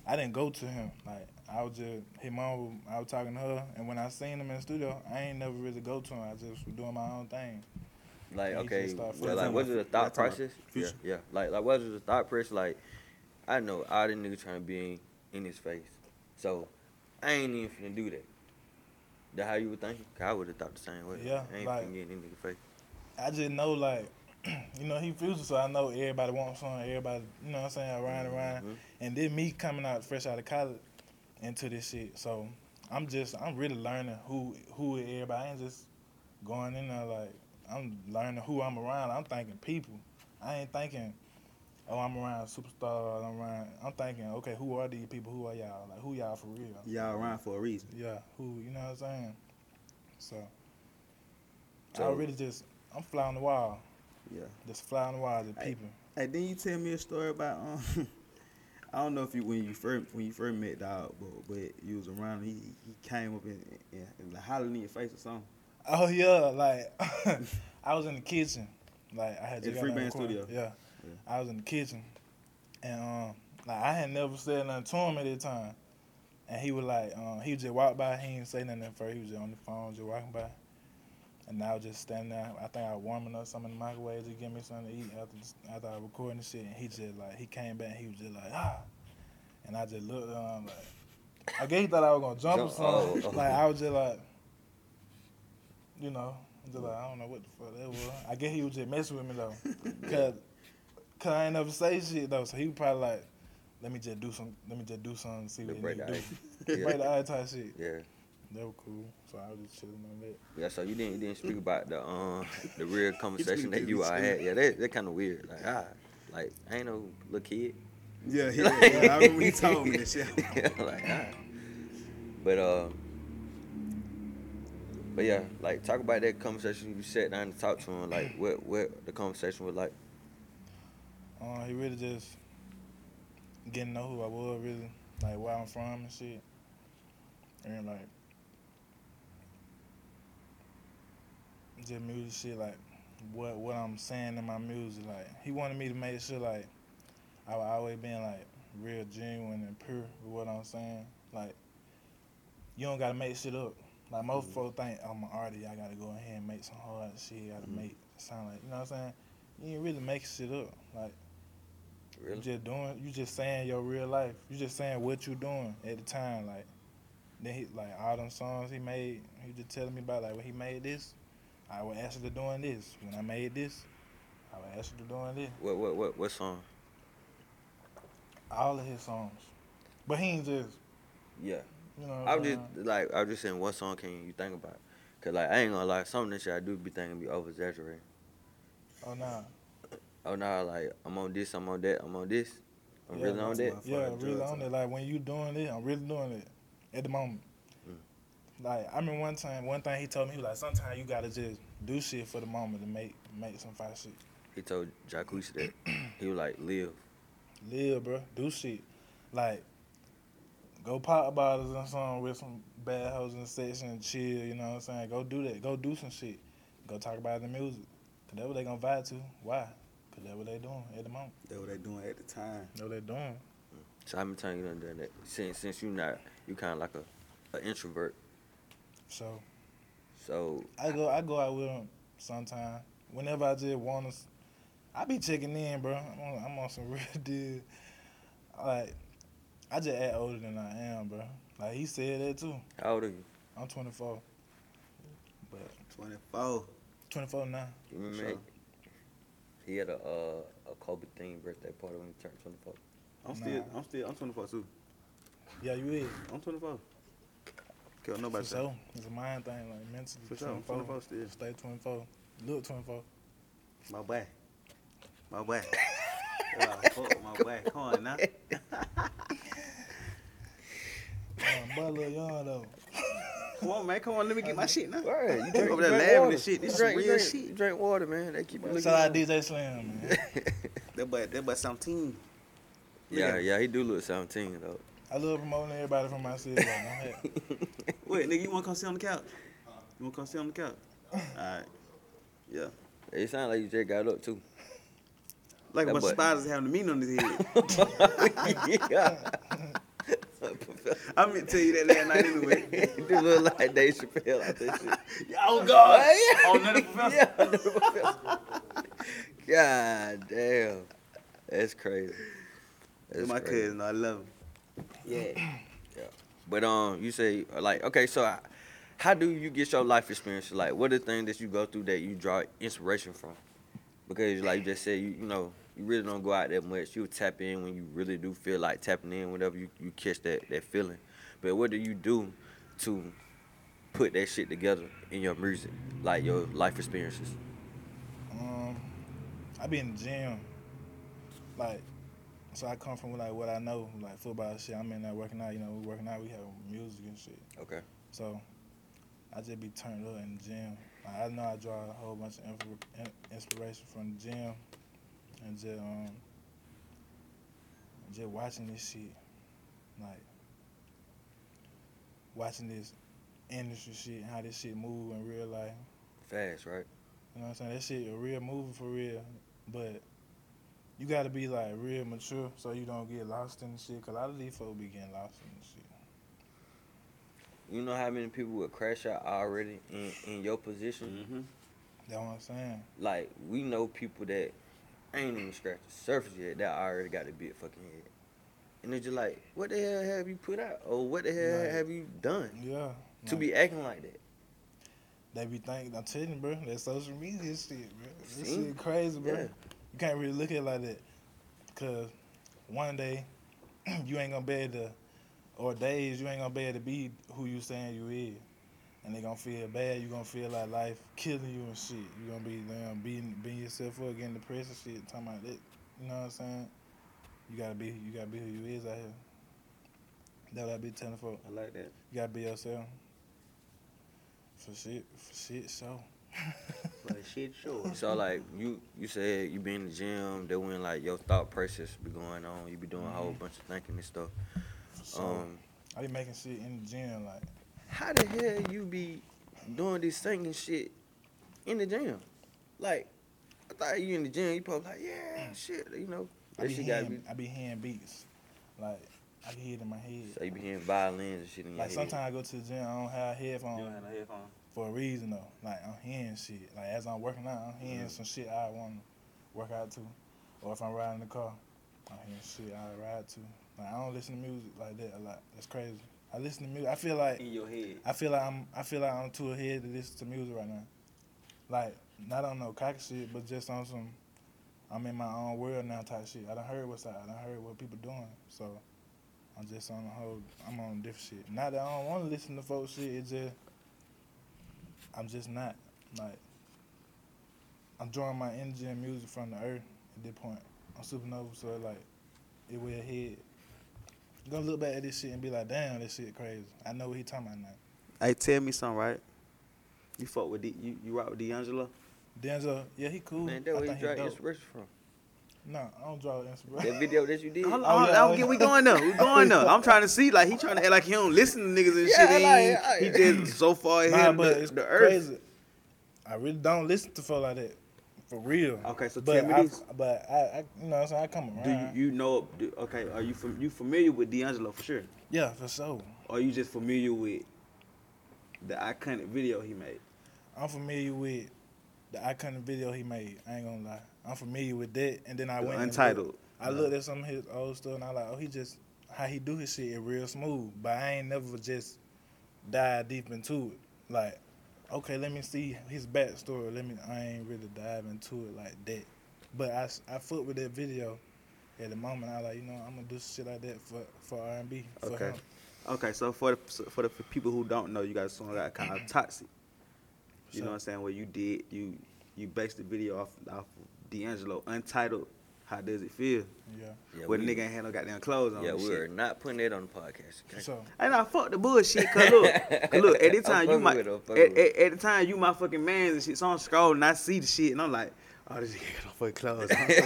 [SPEAKER 3] I didn't go to him. Like I was just his mom. I was talking to her, and when I seen him in the studio, I ain't never really go to him. I just was doing my own thing.
[SPEAKER 1] Like
[SPEAKER 3] Yeah, you
[SPEAKER 1] okay,
[SPEAKER 3] should start
[SPEAKER 1] well,
[SPEAKER 3] from-
[SPEAKER 1] like was it a thought
[SPEAKER 5] That's my
[SPEAKER 1] process? Yeah,
[SPEAKER 5] future.
[SPEAKER 1] yeah. Like like was it a thought process? Like I know all the niggas trying to be in, in his face, so I ain't even finna do that. That how you would think? I would have thought the same way.
[SPEAKER 3] Yeah,
[SPEAKER 1] I ain't
[SPEAKER 3] like-
[SPEAKER 1] finna get in nigga face.
[SPEAKER 3] I just know like you know he future, so I know everybody wants something. Everybody, you know what I'm saying, around and around.
[SPEAKER 1] Mhm.
[SPEAKER 3] And then me coming out fresh out of college into this shit, so I'm just I'm really learning who who everybody. I ain't just going in there like I'm learning who I'm around. I'm thinking people. I ain't thinking. Oh, I'm around superstars. I'm around. I'm thinking, okay, who are these people? Who are y'all? Like, who y'all for real?
[SPEAKER 5] Y'all around for a reason.
[SPEAKER 3] Yeah, who you know what I'm saying. So,
[SPEAKER 1] So-
[SPEAKER 3] I really just I'm fly on the wall,
[SPEAKER 5] Yeah.
[SPEAKER 3] just fly on the wall, just
[SPEAKER 5] I-
[SPEAKER 3] people.
[SPEAKER 5] Hey, then you tell me a story about um. I don't know if you when you first when you first met dog, but but you was around. He he came up and, and, and like hollering in your face or something
[SPEAKER 3] Oh yeah, like I was in the kitchen, like I had
[SPEAKER 5] At
[SPEAKER 3] just got
[SPEAKER 5] the Free
[SPEAKER 3] out of
[SPEAKER 5] Band
[SPEAKER 3] court.
[SPEAKER 5] Studio.
[SPEAKER 3] Yeah.
[SPEAKER 5] Yeah.
[SPEAKER 3] I was in the kitchen, and um, like I had never said nothing to him at that time, and he was like, um, he just walked by, he didn't say nothing at first. He was just on the phone, just walking by, and I was just standing there. I think I was warming up something in the microwave to give me something to eat after after I was recording the shit, and he just like he came back, he was just like ah, and I just looked at him like. I guess he thought I was gonna jump or
[SPEAKER 1] Jump-
[SPEAKER 3] something.
[SPEAKER 1] oh, oh.
[SPEAKER 3] Like I was just like, you know, just like I don't know what the fuck that was. I guess he was just messing with me though, cause, cause I ain't never say shit though. So he was probably like, let me just do some, let me just do something, see
[SPEAKER 1] They
[SPEAKER 3] what
[SPEAKER 1] break
[SPEAKER 3] he
[SPEAKER 1] the
[SPEAKER 3] do.
[SPEAKER 1] ice.
[SPEAKER 3] Break
[SPEAKER 1] Yeah.
[SPEAKER 3] the eye type shit.
[SPEAKER 1] yeah,
[SPEAKER 3] That was cool. So I was just chilling on that.
[SPEAKER 1] yeah. So you didn't you didn't speak about the um the real conversation that
[SPEAKER 5] give
[SPEAKER 1] you
[SPEAKER 5] me
[SPEAKER 1] all had.
[SPEAKER 5] some.
[SPEAKER 1] Yeah, that that kind of weird. Like ah, like I ain't no little kid.
[SPEAKER 5] Yeah, he, yeah, I remember he told me this shit.
[SPEAKER 1] Yeah, like, ah. But uh, But yeah, like talk about that conversation you sat down and talked to him, like what what the conversation was like.
[SPEAKER 3] Uh, he really just getting to know who I was, really, like where I'm from and shit. And like just music shit, like what what I'm saying in my music. Like he wanted me to make sure like I was always being like real genuine and pure with what I'm saying. Like you don't gotta make shit up. Like most folks think I'm an artist, I gotta go ahead and make some hard shit, I gotta make it sound like you know what I'm saying? You ain't really making shit up. Like
[SPEAKER 1] Really?
[SPEAKER 3] you just doing, you just saying your real life. You just saying what you doing at the time. Like, then he like all them songs he made. He just telling me about like when he made this, I would ask you to doing this. When I made this, I would ask you to doing this.
[SPEAKER 1] What what what what song?
[SPEAKER 3] All of his songs, but he ain't just
[SPEAKER 1] Yeah.
[SPEAKER 3] you know. what
[SPEAKER 1] I
[SPEAKER 3] I'm
[SPEAKER 1] was just
[SPEAKER 3] saying?
[SPEAKER 1] like I was just saying what song can you think about? Cause like I ain't gonna lie, some of this shit I do be thinking be over exaggerating.
[SPEAKER 3] oh nah,
[SPEAKER 1] Oh nah, like I'm on this, I'm on that, I'm on this. I'm
[SPEAKER 3] Yeah,
[SPEAKER 1] really on
[SPEAKER 3] that's
[SPEAKER 1] that.
[SPEAKER 5] my-
[SPEAKER 3] yeah,
[SPEAKER 5] Fucking
[SPEAKER 3] really
[SPEAKER 5] drugs,
[SPEAKER 3] on
[SPEAKER 5] huh?
[SPEAKER 3] it. Like when you doing it, I'm really doing it at the moment.
[SPEAKER 1] Mm.
[SPEAKER 3] Like I remember one time, one thing he told me, he was like, sometimes you gotta just do shit for the moment to make make some fire shit.
[SPEAKER 1] He told Jacquees that. He was like, live.
[SPEAKER 3] Live, bro. Do shit. Like, go pop bottles and something with some bad hoes in the section and chill, you know what I'm saying? Go do that. Go do some shit. Go talk about the music. Cause that's what they gonna vibe to. Why? Cause that's what they doing at the moment.
[SPEAKER 5] That's what they doing at the time.
[SPEAKER 3] That's what they doing.
[SPEAKER 1] So how many times you done done that? Since since you not you kinda like a, a introvert.
[SPEAKER 3] So
[SPEAKER 1] So
[SPEAKER 3] I go I go out with them sometime. Whenever I just wanna s- I be checking in, bro. I'm on, I'm on some real dude. Like, I just act older than I am, bro. Like he said that too.
[SPEAKER 1] how old are you?
[SPEAKER 3] I'm 24. But
[SPEAKER 5] 24.
[SPEAKER 3] 24 now.
[SPEAKER 1] You remember
[SPEAKER 5] Sure.
[SPEAKER 1] he, he had a uh, a Kobe themed birthday party when he turned twenty four.
[SPEAKER 5] I'm still,
[SPEAKER 3] Nah.
[SPEAKER 5] I'm still, I'm 24 too.
[SPEAKER 3] Yeah, you is.
[SPEAKER 5] I'm 24. Kill
[SPEAKER 3] For
[SPEAKER 5] nobody.
[SPEAKER 3] sure. It's a mind thing, like mentally.
[SPEAKER 5] For sure, I'm 24 still.
[SPEAKER 3] Stay 24. Look 24.
[SPEAKER 5] My boy. My boy. yeah, fuck with my boy. Come on now.
[SPEAKER 3] Man, but little young though.
[SPEAKER 5] Come on, man. Come on. Let me get my shit now.
[SPEAKER 1] Right, you
[SPEAKER 5] drink- Over there you drink laughing and water. shit. This You drink- is you real drink- shit. you
[SPEAKER 1] drink water, man. They keep
[SPEAKER 3] Shout out DJ Slim, man.
[SPEAKER 5] That boy, that boy 17.
[SPEAKER 1] Yeah, yeah, he do look seventeen though.
[SPEAKER 3] I love promoting everybody from my city. Like, I'm happy.
[SPEAKER 5] Wait, nigga, you want to come sit on the couch? You want to come sit on the couch? All right. Yeah.
[SPEAKER 1] It sound like you just got up too.
[SPEAKER 5] Like
[SPEAKER 1] That
[SPEAKER 5] a bunch
[SPEAKER 1] boy-
[SPEAKER 5] of spiders having a mean on his head.
[SPEAKER 1] yeah.
[SPEAKER 5] I meant to tell you that last night anyway.
[SPEAKER 1] you do look like Dave Chappelle out that shit.
[SPEAKER 5] oh, God.
[SPEAKER 1] Yeah.
[SPEAKER 5] Oh, another professor.
[SPEAKER 1] Yeah. I know what that- God damn. That's crazy.
[SPEAKER 5] That's
[SPEAKER 1] That's
[SPEAKER 5] my
[SPEAKER 1] crazy.
[SPEAKER 5] cousin. I love him. Yeah.
[SPEAKER 1] But um, you say like okay, so I, how do you get your life experience? Like, what are the things that you go through that you draw inspiration from? Because like you just said, you, you know, you really don't go out that much. You tap in when you really do feel like tapping in. Whenever you, you catch that that feeling, but what do you do to put that shit together in your music, like your life experiences?
[SPEAKER 3] Um, I be in the gym, like, so I come from like what I know, like football shit. I'm in there working out. You know, we working out. We have music and shit.
[SPEAKER 1] Okay.
[SPEAKER 3] So I just be turned up in the gym. Like, I know I draw a whole bunch of inf- in- inspiration from the gym and just um just watching this shit, like watching this industry shit, how this shit move in real life.
[SPEAKER 1] Fast, right?
[SPEAKER 3] You know what I'm saying? That shit a real movie for real, but you gotta be like real mature so you don't get lost in the shit. Cause a lot of these folks be getting lost in the shit.
[SPEAKER 1] You know how many people would crash out already in, in your position?
[SPEAKER 5] Mm-hmm.
[SPEAKER 3] That's what I'm saying.
[SPEAKER 1] like we know people that ain't even scratched the surface yet that already got a big fucking head. And they're just like, what the hell have you put out? Or what the hell
[SPEAKER 3] Right.
[SPEAKER 1] have you done
[SPEAKER 3] Yeah.
[SPEAKER 1] to
[SPEAKER 3] like-
[SPEAKER 1] be acting like that?
[SPEAKER 3] They be thinking, I'm telling you, bro, that social media shit, bro. This
[SPEAKER 1] See?
[SPEAKER 3] shit crazy, bro.
[SPEAKER 1] Yeah.
[SPEAKER 3] You can't really look at it like that. Because one day, you ain't gonna be able to, or days, you ain't gonna be able to be who you saying you is. And they gonna feel bad. You gonna feel like life killing you and shit. You gonna be damn beating, beating yourself up, getting depressed and shit, talking about that. You know what I'm saying? You gotta be, you gotta be who you is out here. That what I be telling folk.
[SPEAKER 5] I like that.
[SPEAKER 3] You gotta be yourself. For For shit, for shit, so.
[SPEAKER 5] Like shit, sure.
[SPEAKER 1] So like you you said you be in the gym, that when like your thought process be going on, you be doing a whole bunch of thinking and stuff.
[SPEAKER 3] Mm-hmm. so
[SPEAKER 1] Um,
[SPEAKER 3] I be making shit in the gym, like,
[SPEAKER 1] how the hell you be doing this thinking shit in the gym? Like I thought you in the gym, you probably like yeah shit, you know.
[SPEAKER 3] Mm. I
[SPEAKER 1] That
[SPEAKER 3] be,
[SPEAKER 1] shit gotta
[SPEAKER 3] hearing,
[SPEAKER 1] be.
[SPEAKER 3] I be hearing beats. Like, I can hear it in my head.
[SPEAKER 1] So you be hearing violins and shit in your
[SPEAKER 3] Like,
[SPEAKER 1] head.
[SPEAKER 3] sometimes I go to the gym, I don't have
[SPEAKER 5] You
[SPEAKER 3] headphones
[SPEAKER 5] don't have no headphones.
[SPEAKER 3] for a reason, though. Like, I'm hearing shit. Like, as I'm working out, I'm
[SPEAKER 1] Mm.
[SPEAKER 3] hearing some shit I want to work out to. Or if I'm riding the car, I'm hearing shit I ride to. Like, I don't listen to music like that a lot. It's crazy. I listen to music. I feel like
[SPEAKER 5] In your head.
[SPEAKER 3] I feel like I'm I feel like I'm too ahead to listen to music right now. Like not on no cock shit, but just on some I'm in my own world now type shit. I done heard what's out, I done heard what people doing. So I'm just on the whole I'm on different shit. Not that I don't wanna listen to folks shit, it's just I'm just not. Like I'm drawing my energy and music from the earth at this point. I'm supernova, so like it way ahead. Gonna look back at this shit and be like, damn, this shit crazy. I know what he talking about now.
[SPEAKER 5] Hey, tell me something, right? You fuck with D, you, you rock with D'Angelo?
[SPEAKER 3] Denzel, yeah, he cool.
[SPEAKER 1] Man, that
[SPEAKER 3] I
[SPEAKER 1] where you
[SPEAKER 3] think he
[SPEAKER 1] draw
[SPEAKER 3] dope.
[SPEAKER 1] inspiration from.
[SPEAKER 3] No, I don't draw inspiration.
[SPEAKER 1] That video that you did.
[SPEAKER 5] Hold on,
[SPEAKER 1] Yeah,
[SPEAKER 3] Oh,
[SPEAKER 5] hold on,
[SPEAKER 3] yeah,
[SPEAKER 5] I don't
[SPEAKER 3] oh,
[SPEAKER 5] get
[SPEAKER 3] yeah.
[SPEAKER 5] we going there. We going there. I'm trying to see like he trying to act like he don't listen to niggas and
[SPEAKER 1] Yeah,
[SPEAKER 5] shit.
[SPEAKER 1] like,
[SPEAKER 5] he,
[SPEAKER 1] I-
[SPEAKER 5] he just so far ahead
[SPEAKER 3] nah,
[SPEAKER 5] of
[SPEAKER 3] but
[SPEAKER 5] the,
[SPEAKER 3] it's
[SPEAKER 5] the earth.
[SPEAKER 3] crazy. I really don't listen to folk like that, for real.
[SPEAKER 5] Okay, so
[SPEAKER 3] but
[SPEAKER 5] tell me
[SPEAKER 3] I,
[SPEAKER 5] this.
[SPEAKER 3] But I, I, you know, what I'm saying I come
[SPEAKER 5] Do
[SPEAKER 3] around.
[SPEAKER 5] you, you know? Do, okay, are you fam- you familiar with D'Angelo for sure?
[SPEAKER 3] yeah, for sure.
[SPEAKER 5] Or you just familiar with the iconic video he made?
[SPEAKER 3] I'm familiar with the iconic video he made. I ain't gonna lie. I'm familiar with that, and then I
[SPEAKER 5] The
[SPEAKER 3] went and
[SPEAKER 5] Untitled. Uh-huh.
[SPEAKER 3] looked- I looked at some of his old stuff, and I like, oh, he just how he do his shit is real smooth. But I ain't never just dive deep into it. Like, okay, let me see his backstory. Let me. I ain't really dive into it like that. But I, s- I fuck with that video. At the moment, I like you know I'm gonna do shit like that for for R&B for
[SPEAKER 5] Okay.
[SPEAKER 3] him.
[SPEAKER 5] Okay, so for the so for the for people who don't know, you got a song that kind of toxic. You
[SPEAKER 3] So-
[SPEAKER 5] know what I'm saying? Where you did you you based the video off off of D'Angelo Untitled. How does it feel?
[SPEAKER 3] Yeah.
[SPEAKER 5] Where
[SPEAKER 1] we-
[SPEAKER 5] the nigga ain't had no goddamn clothes on.
[SPEAKER 1] Yeah,
[SPEAKER 5] and
[SPEAKER 1] we
[SPEAKER 5] shit.
[SPEAKER 1] are not putting that on the podcast. okay?
[SPEAKER 3] So
[SPEAKER 5] And I fuck the bullshit. Cause look, 'cause look, at the
[SPEAKER 1] I'm
[SPEAKER 5] time you
[SPEAKER 1] fucking
[SPEAKER 5] my
[SPEAKER 1] with
[SPEAKER 5] at,
[SPEAKER 1] her, I'm
[SPEAKER 5] at,
[SPEAKER 1] fucking with
[SPEAKER 5] at the time you my fucking man and shit. So I'm scrolling, and I see the shit, and I'm like, oh, this nigga got no fucking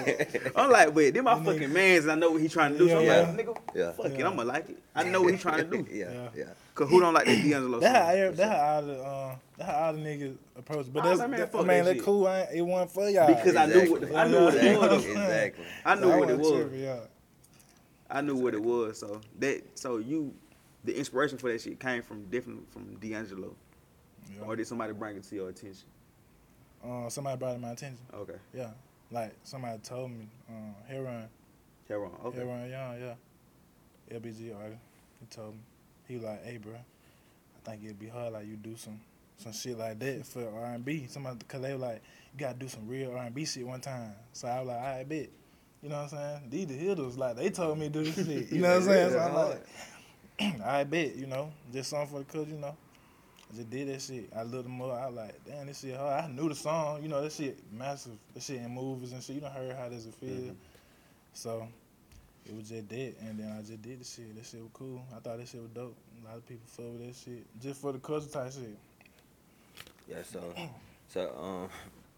[SPEAKER 5] clothes. on. I'm like, wait, they're my
[SPEAKER 3] Nigga.
[SPEAKER 5] fucking mans, and I know what he trying to do. So I'm
[SPEAKER 1] Yeah.
[SPEAKER 5] like, nigga,
[SPEAKER 1] Yeah.
[SPEAKER 5] fuck it,
[SPEAKER 3] Yeah.
[SPEAKER 5] I'ma like it. I know what he trying to do.
[SPEAKER 1] yeah,
[SPEAKER 3] Yeah.
[SPEAKER 1] yeah.
[SPEAKER 5] Cause who don't like the D'Angelo?
[SPEAKER 3] That how
[SPEAKER 5] song?
[SPEAKER 3] every- that how all the uh, that how all the niggas approach. But
[SPEAKER 5] I was
[SPEAKER 3] that's
[SPEAKER 5] like, man,
[SPEAKER 3] man, that,
[SPEAKER 5] fuck
[SPEAKER 3] man,
[SPEAKER 5] that
[SPEAKER 3] that
[SPEAKER 5] shit.
[SPEAKER 3] cool. I ain't, it wasn't for y'all
[SPEAKER 5] Because I knew what the- I knew what it was.
[SPEAKER 1] Exactly. exactly.
[SPEAKER 5] I knew
[SPEAKER 3] So
[SPEAKER 5] what
[SPEAKER 3] wasn't
[SPEAKER 5] it was.
[SPEAKER 3] tripping, Yeah.
[SPEAKER 5] I knew what it was. So that so you the inspiration for that shit came from different from D'Angelo.
[SPEAKER 3] Yeah.
[SPEAKER 5] Or did somebody bring it to your attention?
[SPEAKER 3] Uh, somebody brought it to my attention.
[SPEAKER 5] Okay.
[SPEAKER 3] Yeah, like somebody told me. Uh, Heron,
[SPEAKER 5] Heron. Okay.
[SPEAKER 3] Heron Young, yeah, LBG artist. He told me he like, hey, bro, I think it'd be hard like you do some some shit like that for R and B. Somebody cause they were like, you gotta do some real R and B shit one time. So I was like, I bet. You know what I'm saying? These the hitters, like they told me to do this shit. You know what I'm saying? So I'm like, I bet, you know, just something for the cuz, you know. I just did that shit. I looked them up. I was like, damn, this shit hard. I knew the song. You know, that shit massive. That shit in movies and shit. You done heard how does it feel. So it was just that. And then I just did the shit. That shit was cool. I thought that shit was dope. A lot of people fuck with that shit. Just for the culture type shit.
[SPEAKER 1] Yeah, so so um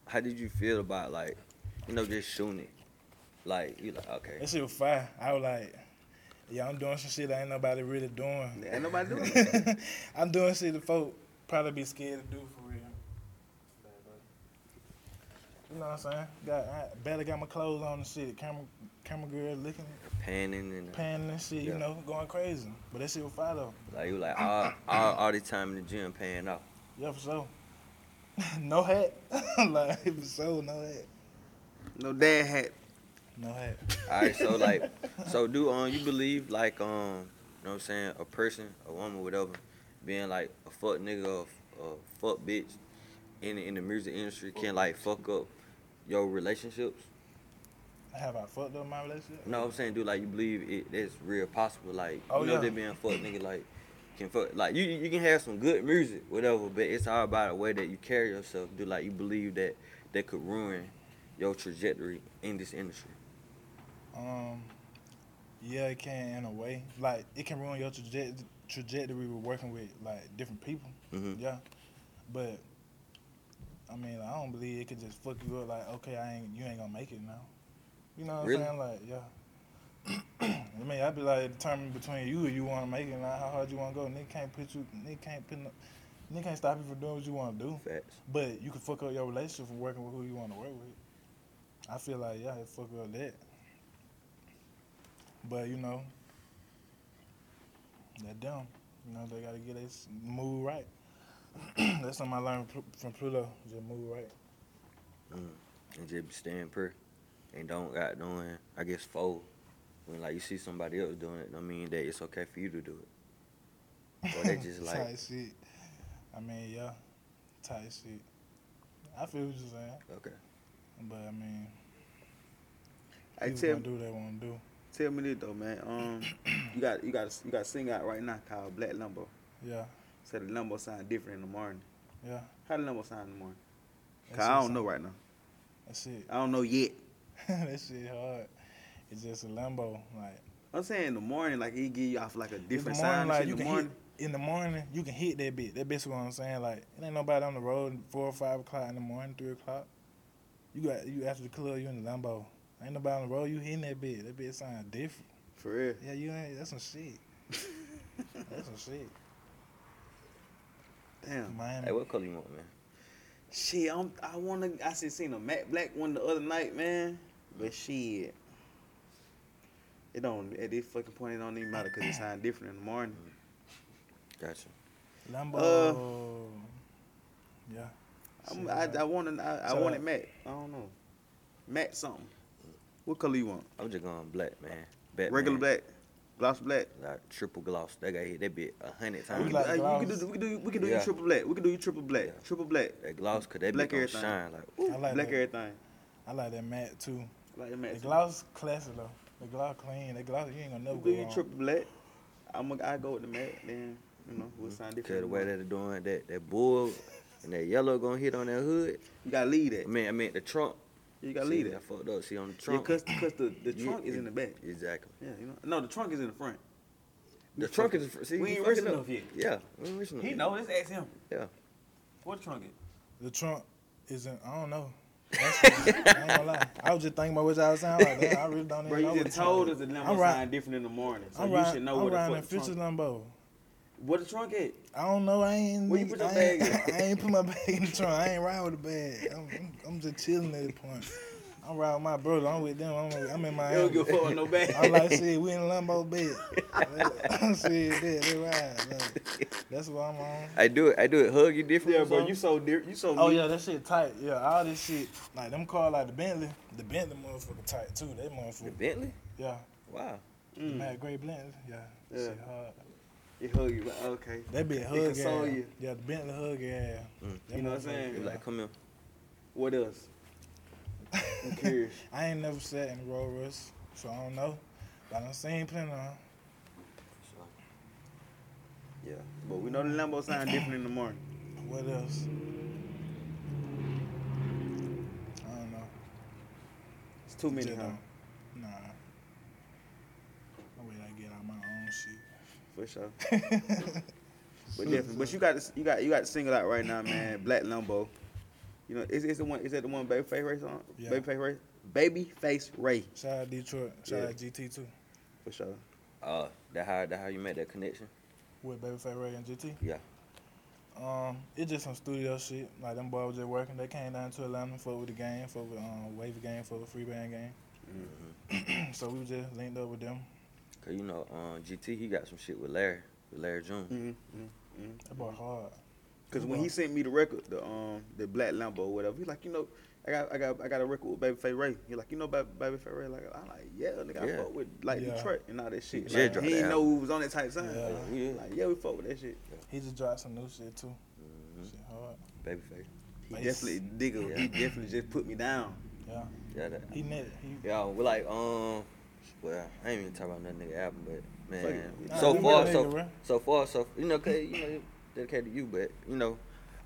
[SPEAKER 1] how did you feel about like you know just shooting it? Like you like okay.
[SPEAKER 3] That shit was fire. I was like, yeah, I'm doing some shit that ain't nobody really doing.
[SPEAKER 5] Ain't nobody doing it.
[SPEAKER 3] I'm doing shit that folk probably be scared to do for real. You know what I'm saying? Got I barely got my clothes on and shit. Camera camera girl looking,
[SPEAKER 1] Panning and
[SPEAKER 3] panning and shit,
[SPEAKER 1] Yeah.
[SPEAKER 3] you know, going crazy. But that shit was fire though.
[SPEAKER 1] like you like all all, all the time in the gym paying off.
[SPEAKER 3] Yeah, for sure. no hat. like for sure, no hat.
[SPEAKER 5] No dad hat.
[SPEAKER 3] No hat.
[SPEAKER 1] Alright, so like so do um you believe like um you know what I'm saying, a person, a woman, whatever, being like a fuck nigga or a fuck bitch in the, in the music industry can like fuck up your relationships?
[SPEAKER 3] Have I fucked up my relationship?
[SPEAKER 1] No, I'm saying, dude, like you believe it, that's real possible. Like
[SPEAKER 3] Oh,
[SPEAKER 1] you know,
[SPEAKER 3] yeah.
[SPEAKER 1] they being fucked, nigga. Like can fuck, like you you can have some good music, whatever, but it's all about the way that you carry yourself. Do like you believe that that could ruin your trajectory in this industry.
[SPEAKER 3] Um, yeah, it can in a way. Like it can ruin your traje- trajectory with working with like different people.
[SPEAKER 1] Mhm.
[SPEAKER 3] Yeah, But I mean, I don't believe it could just fuck you up. Like, okay, I ain't you ain't gonna make it now. You know what
[SPEAKER 1] Really?
[SPEAKER 3] I'm saying? Like, yeah. I mean, I'd be like determining between you if you want to make it, like how hard you want to go. Nigga can't put you, nigga can't put, no, nigga can't stop you from doing what you want to do.
[SPEAKER 1] Facts.
[SPEAKER 3] But you can fuck up your relationship from working with who you want to work with. I feel like yeah, it fuck up that. But you know, that them, you know, they gotta get this move right. That's something I learned pl- from Pluto. Just move right.
[SPEAKER 1] and just be staying per and don't got doing I guess fold. When like you see somebody else doing it, don't mean that it's okay for you to do it. Or they just like
[SPEAKER 3] tight shit. I mean, yeah, tight shit. I feel what you're saying,
[SPEAKER 1] okay.
[SPEAKER 3] but I mean,
[SPEAKER 5] I
[SPEAKER 3] people
[SPEAKER 5] tell
[SPEAKER 3] gonna do what they want to do.
[SPEAKER 5] tell me this though, man. Um, you got you got you got a sing out right now called Black Lumbo.
[SPEAKER 3] Yeah,
[SPEAKER 5] So the Lumbo sound different in the morning.
[SPEAKER 3] yeah.
[SPEAKER 5] How the Lumbo sound in the morning?
[SPEAKER 3] That
[SPEAKER 5] 'Cause I
[SPEAKER 3] shit
[SPEAKER 5] don't know right now.
[SPEAKER 3] That's it.
[SPEAKER 5] I don't know yet.
[SPEAKER 3] that shit hard. It's just a Lambo. Like
[SPEAKER 5] I'm saying in the morning, like he give you off like a different
[SPEAKER 3] in the morning,
[SPEAKER 5] sound. and
[SPEAKER 3] like
[SPEAKER 5] shit
[SPEAKER 3] you
[SPEAKER 5] in the
[SPEAKER 3] can
[SPEAKER 5] morning,
[SPEAKER 3] hit in the morning, you can hit that bit. That bitch what I'm saying. Like it ain't nobody on the road four or five o'clock in the morning, three o'clock. You got you after the club, you in the Lambo. Ain't nobody on the road, you hitting that bit. That bit sound different.
[SPEAKER 5] for real.
[SPEAKER 3] Yeah, you ain't. That's some shit. that's some shit.
[SPEAKER 5] Damn.
[SPEAKER 3] Miami.
[SPEAKER 1] Hey, what color you want, man?
[SPEAKER 5] Shit, I'm, I wanna. I seen seen a matte black one the other night, man. But shit, it don't. At this fucking point, it don't even matter because it sound different in the morning.
[SPEAKER 1] Gotcha.
[SPEAKER 3] Lambo. Uh, yeah.
[SPEAKER 5] I'm,
[SPEAKER 3] Shit,
[SPEAKER 5] I,
[SPEAKER 3] yeah.
[SPEAKER 5] I want to. I, I
[SPEAKER 3] So-
[SPEAKER 5] want it matte. I don't know. Matte something. What color you want?
[SPEAKER 1] I'm just going black, man. Batman.
[SPEAKER 5] Regular black, gloss black.
[SPEAKER 1] Like triple gloss. They got hit that bit a hundred
[SPEAKER 5] We
[SPEAKER 1] times.
[SPEAKER 5] can,
[SPEAKER 3] like
[SPEAKER 5] uh, we can
[SPEAKER 3] gloss.
[SPEAKER 5] do. We can do. We can do you
[SPEAKER 1] Yeah.
[SPEAKER 5] triple black. We can do you triple black.
[SPEAKER 1] Yeah.
[SPEAKER 5] Triple black.
[SPEAKER 1] that gloss cause that bit
[SPEAKER 5] Black
[SPEAKER 1] gonna
[SPEAKER 5] everything.
[SPEAKER 1] shine like
[SPEAKER 5] Ooh,
[SPEAKER 3] I like
[SPEAKER 5] black
[SPEAKER 3] that.
[SPEAKER 5] everything.
[SPEAKER 3] I like that matte too.
[SPEAKER 5] I like the matte.
[SPEAKER 3] The
[SPEAKER 5] too.
[SPEAKER 3] gloss classic though. The gloss clean. The gloss you ain't gonna never
[SPEAKER 5] We do
[SPEAKER 3] go
[SPEAKER 5] you
[SPEAKER 3] wrong.
[SPEAKER 5] triple black. I'm. gonna- I go with the matte. Then you know we'll sound
[SPEAKER 1] cause
[SPEAKER 5] different.
[SPEAKER 1] the
[SPEAKER 5] in the
[SPEAKER 1] way
[SPEAKER 5] morning.
[SPEAKER 1] Mm-hmm. that they doing that that bull and that yellow gonna hit on that hood.
[SPEAKER 5] You gotta leave
[SPEAKER 1] I
[SPEAKER 5] that.
[SPEAKER 1] mean I mean the trunk.
[SPEAKER 5] You gotta
[SPEAKER 1] See,
[SPEAKER 5] leave
[SPEAKER 1] I
[SPEAKER 5] that.
[SPEAKER 1] fucked up. See on the trunk.
[SPEAKER 5] Because because the, the
[SPEAKER 1] You-
[SPEAKER 5] trunk is in the back.
[SPEAKER 1] Exactly.
[SPEAKER 5] Yeah, you know. No, the trunk is in the front.
[SPEAKER 1] The trunk is see
[SPEAKER 5] We
[SPEAKER 1] you
[SPEAKER 5] ain't
[SPEAKER 1] fucking
[SPEAKER 5] rich
[SPEAKER 1] up.
[SPEAKER 5] enough yet.
[SPEAKER 1] Yeah, we ain't rich enough. yet.
[SPEAKER 5] Let's ask him.
[SPEAKER 1] Yeah.
[SPEAKER 5] What trunk is?
[SPEAKER 3] The trunk isn't. I don't know. That's- I ain't gonna lie. I was just thinking about what y'all sound like. Damn, I really don't even know.
[SPEAKER 5] Bro, you
[SPEAKER 3] what
[SPEAKER 5] just
[SPEAKER 3] the
[SPEAKER 5] told us
[SPEAKER 3] trunk
[SPEAKER 5] the
[SPEAKER 3] is.
[SPEAKER 5] number
[SPEAKER 3] I'm
[SPEAKER 5] sign
[SPEAKER 3] riding.
[SPEAKER 5] different in the morning, so
[SPEAKER 3] I'm
[SPEAKER 5] you should
[SPEAKER 3] riding.
[SPEAKER 5] know
[SPEAKER 3] I'm
[SPEAKER 5] what the
[SPEAKER 3] riding
[SPEAKER 5] fuck
[SPEAKER 3] in
[SPEAKER 5] the
[SPEAKER 3] future
[SPEAKER 5] trunk.
[SPEAKER 3] Lambo.
[SPEAKER 5] What the trunk at?
[SPEAKER 3] I don't know. I ain't.
[SPEAKER 5] Where you put your
[SPEAKER 3] I ain't-
[SPEAKER 5] bag at?
[SPEAKER 3] I ain't put my bag in the trunk. I ain't riding with a bag. I'm, I'm, I'm just chilling at the point. I'm riding with my brother. I'm with them. I'm, I'm in my.
[SPEAKER 5] You don't give a fuck with no bag.
[SPEAKER 3] I like shit, we in Lambo bed. shit, that, that ride. Like, that's what I'm on.
[SPEAKER 1] I do it. I do it. Hug you different.
[SPEAKER 5] yeah,
[SPEAKER 1] or
[SPEAKER 5] bro,
[SPEAKER 1] something?
[SPEAKER 5] you so dear, you so.
[SPEAKER 3] Oh
[SPEAKER 5] meek.
[SPEAKER 3] yeah, that shit tight. Yeah, all this shit. Like them cars like the Bentley. The Bentley motherfucker tight too. That
[SPEAKER 1] The
[SPEAKER 3] motherfucker.
[SPEAKER 1] Bentley.
[SPEAKER 3] Yeah.
[SPEAKER 1] Wow.
[SPEAKER 3] Mm.
[SPEAKER 5] Mm.
[SPEAKER 3] Mad Grey Bentley. Yeah. That
[SPEAKER 5] Yeah.
[SPEAKER 3] shit hard.
[SPEAKER 5] It hug you, but okay.
[SPEAKER 3] That be a hug ass.
[SPEAKER 5] console you.
[SPEAKER 3] Yeah, the Bentley hug ass.
[SPEAKER 1] Mm.
[SPEAKER 3] That
[SPEAKER 5] You know what I'm
[SPEAKER 3] motherfucker,
[SPEAKER 5] saying?
[SPEAKER 1] You
[SPEAKER 3] yeah.
[SPEAKER 1] like come here.
[SPEAKER 5] What else? I'm curious.
[SPEAKER 3] I ain't never sat in the Rolls Royce, so I don't know. But I done seen plenty of 'em.
[SPEAKER 5] Yeah, but we know the Lambo sound different in the morning.
[SPEAKER 3] What else? I don't know.
[SPEAKER 5] It's too many,
[SPEAKER 3] Just
[SPEAKER 5] huh?
[SPEAKER 3] don't. Nah. I wait, I get out my own shit.
[SPEAKER 5] For sure. But definitely, but you got this, you got you got the single out right now, man. Black Lumbo. You know, is is the one? Is that the one Babyface Ray song?
[SPEAKER 3] Yeah.
[SPEAKER 5] Babyface Ray. Babyface Ray
[SPEAKER 3] Shout out Detroit. Shout
[SPEAKER 5] Yeah.
[SPEAKER 3] out GT too.
[SPEAKER 5] for sure.
[SPEAKER 1] Uh, that how that how you make that connection.
[SPEAKER 3] With Babyface Ray and GT.
[SPEAKER 1] Yeah.
[SPEAKER 3] Um, it's just some studio shit. Like them boys was just working. They came down to Atlanta for with the game, for with um Wave game, for the free band game. so we was just linked up with them.
[SPEAKER 1] Cause you know, um, GT he got some shit with Larry, with Larry June.
[SPEAKER 5] Mm-hmm.
[SPEAKER 3] That boy hard.
[SPEAKER 5] Cause when he sent me the record, the um the Black Lambo or whatever, he like, you know, I got I got I got a record with Babyface Ray. He like, you know, Baby Babyface Ray. Like, I like, yeah, nigga, I
[SPEAKER 1] Yeah.
[SPEAKER 5] fuck with like
[SPEAKER 3] Yeah.
[SPEAKER 5] Detroit and all that shit.
[SPEAKER 1] Yeah,
[SPEAKER 5] Like,
[SPEAKER 1] drop
[SPEAKER 5] he
[SPEAKER 1] the
[SPEAKER 5] didn't know
[SPEAKER 1] album.
[SPEAKER 5] who was on that type sign.
[SPEAKER 3] Yeah.
[SPEAKER 5] Like,
[SPEAKER 1] Yeah.
[SPEAKER 5] Like, yeah, we fuck with that shit.
[SPEAKER 3] He just dropped some new shit too. Shit hard.
[SPEAKER 1] Babyface.
[SPEAKER 5] He
[SPEAKER 3] Nice.
[SPEAKER 5] definitely nigga.
[SPEAKER 1] Yeah.
[SPEAKER 5] He definitely just put me down.
[SPEAKER 3] Yeah.
[SPEAKER 5] Mm-hmm.
[SPEAKER 1] Yeah. That.
[SPEAKER 3] He net. He
[SPEAKER 1] Yeah. We like um. Well, I ain't even talking about that nigga album, but
[SPEAKER 5] Fuck
[SPEAKER 1] man,
[SPEAKER 5] it.
[SPEAKER 3] Nah,
[SPEAKER 1] so
[SPEAKER 3] that
[SPEAKER 1] far,
[SPEAKER 3] nigga,
[SPEAKER 1] so
[SPEAKER 3] bruh.
[SPEAKER 1] so far, so you know, cause you know, dedicated to you, but you know,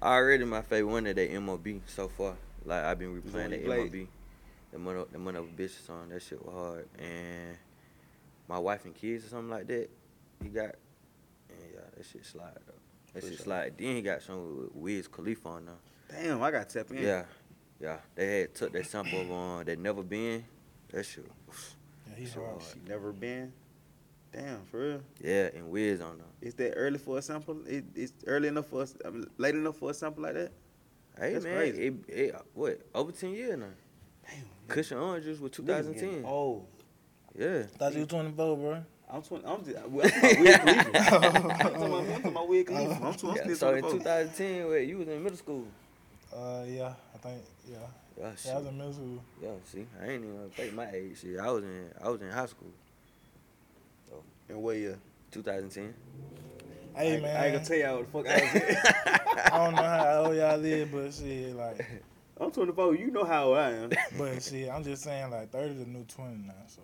[SPEAKER 1] already my favorite one of that MOB so far. Like I've been
[SPEAKER 5] The one
[SPEAKER 1] replaying
[SPEAKER 5] you
[SPEAKER 1] that
[SPEAKER 5] played.
[SPEAKER 1] MOB, the mother, the mother of a bitch song. That shit was hard, and my wife and kids or something like that. He got, and yeah, that shit slide though. It's
[SPEAKER 5] For
[SPEAKER 1] just
[SPEAKER 5] sure.
[SPEAKER 1] like then he got some with Wiz Khalifa on them.
[SPEAKER 5] Damn, I got to tap in.
[SPEAKER 1] Yeah, yeah. They had took that sample of on that never been. That shit.
[SPEAKER 3] Yeah, he's
[SPEAKER 1] So,
[SPEAKER 3] hard.
[SPEAKER 1] uh,
[SPEAKER 5] oh, She never been. Damn, for real.
[SPEAKER 1] Yeah, and Wiz on them.
[SPEAKER 5] Is that early for a sample? It, it's early enough for us. I mean, late enough for a sample like that.
[SPEAKER 1] Hey
[SPEAKER 5] That's
[SPEAKER 1] man,
[SPEAKER 5] crazy.
[SPEAKER 1] It, it what over ten years now. Cushion Orange Juice was 2010.
[SPEAKER 5] Oh,
[SPEAKER 1] Yeah,
[SPEAKER 3] Thought you was doing the vote, bro.
[SPEAKER 5] I'm twenty. I'm just. I'm, I'm weird Cleveland. I'm talking about- I'm talking about weird Cleveland. I'm, tw- I'm
[SPEAKER 1] yeah.
[SPEAKER 5] still
[SPEAKER 1] So in
[SPEAKER 5] 24.
[SPEAKER 1] 2010, where you was in middle school.
[SPEAKER 3] Uh, yeah, I think yeah.
[SPEAKER 1] Yeah,
[SPEAKER 3] Yeah, I was
[SPEAKER 1] shit.
[SPEAKER 3] in middle school.
[SPEAKER 1] yeah, see, I ain't even fake my age. Shit, I was in I was in high school.
[SPEAKER 5] And what year?
[SPEAKER 1] 2010.
[SPEAKER 3] Hey
[SPEAKER 5] I,
[SPEAKER 3] man,
[SPEAKER 5] I ain't gonna tell y'all what the fuck I was. at.
[SPEAKER 3] I don't know how old y'all live, but shit, like,
[SPEAKER 5] I'm 24. You know how old I am.
[SPEAKER 3] but shit, I'm just saying, like, thirty the new twenty now, so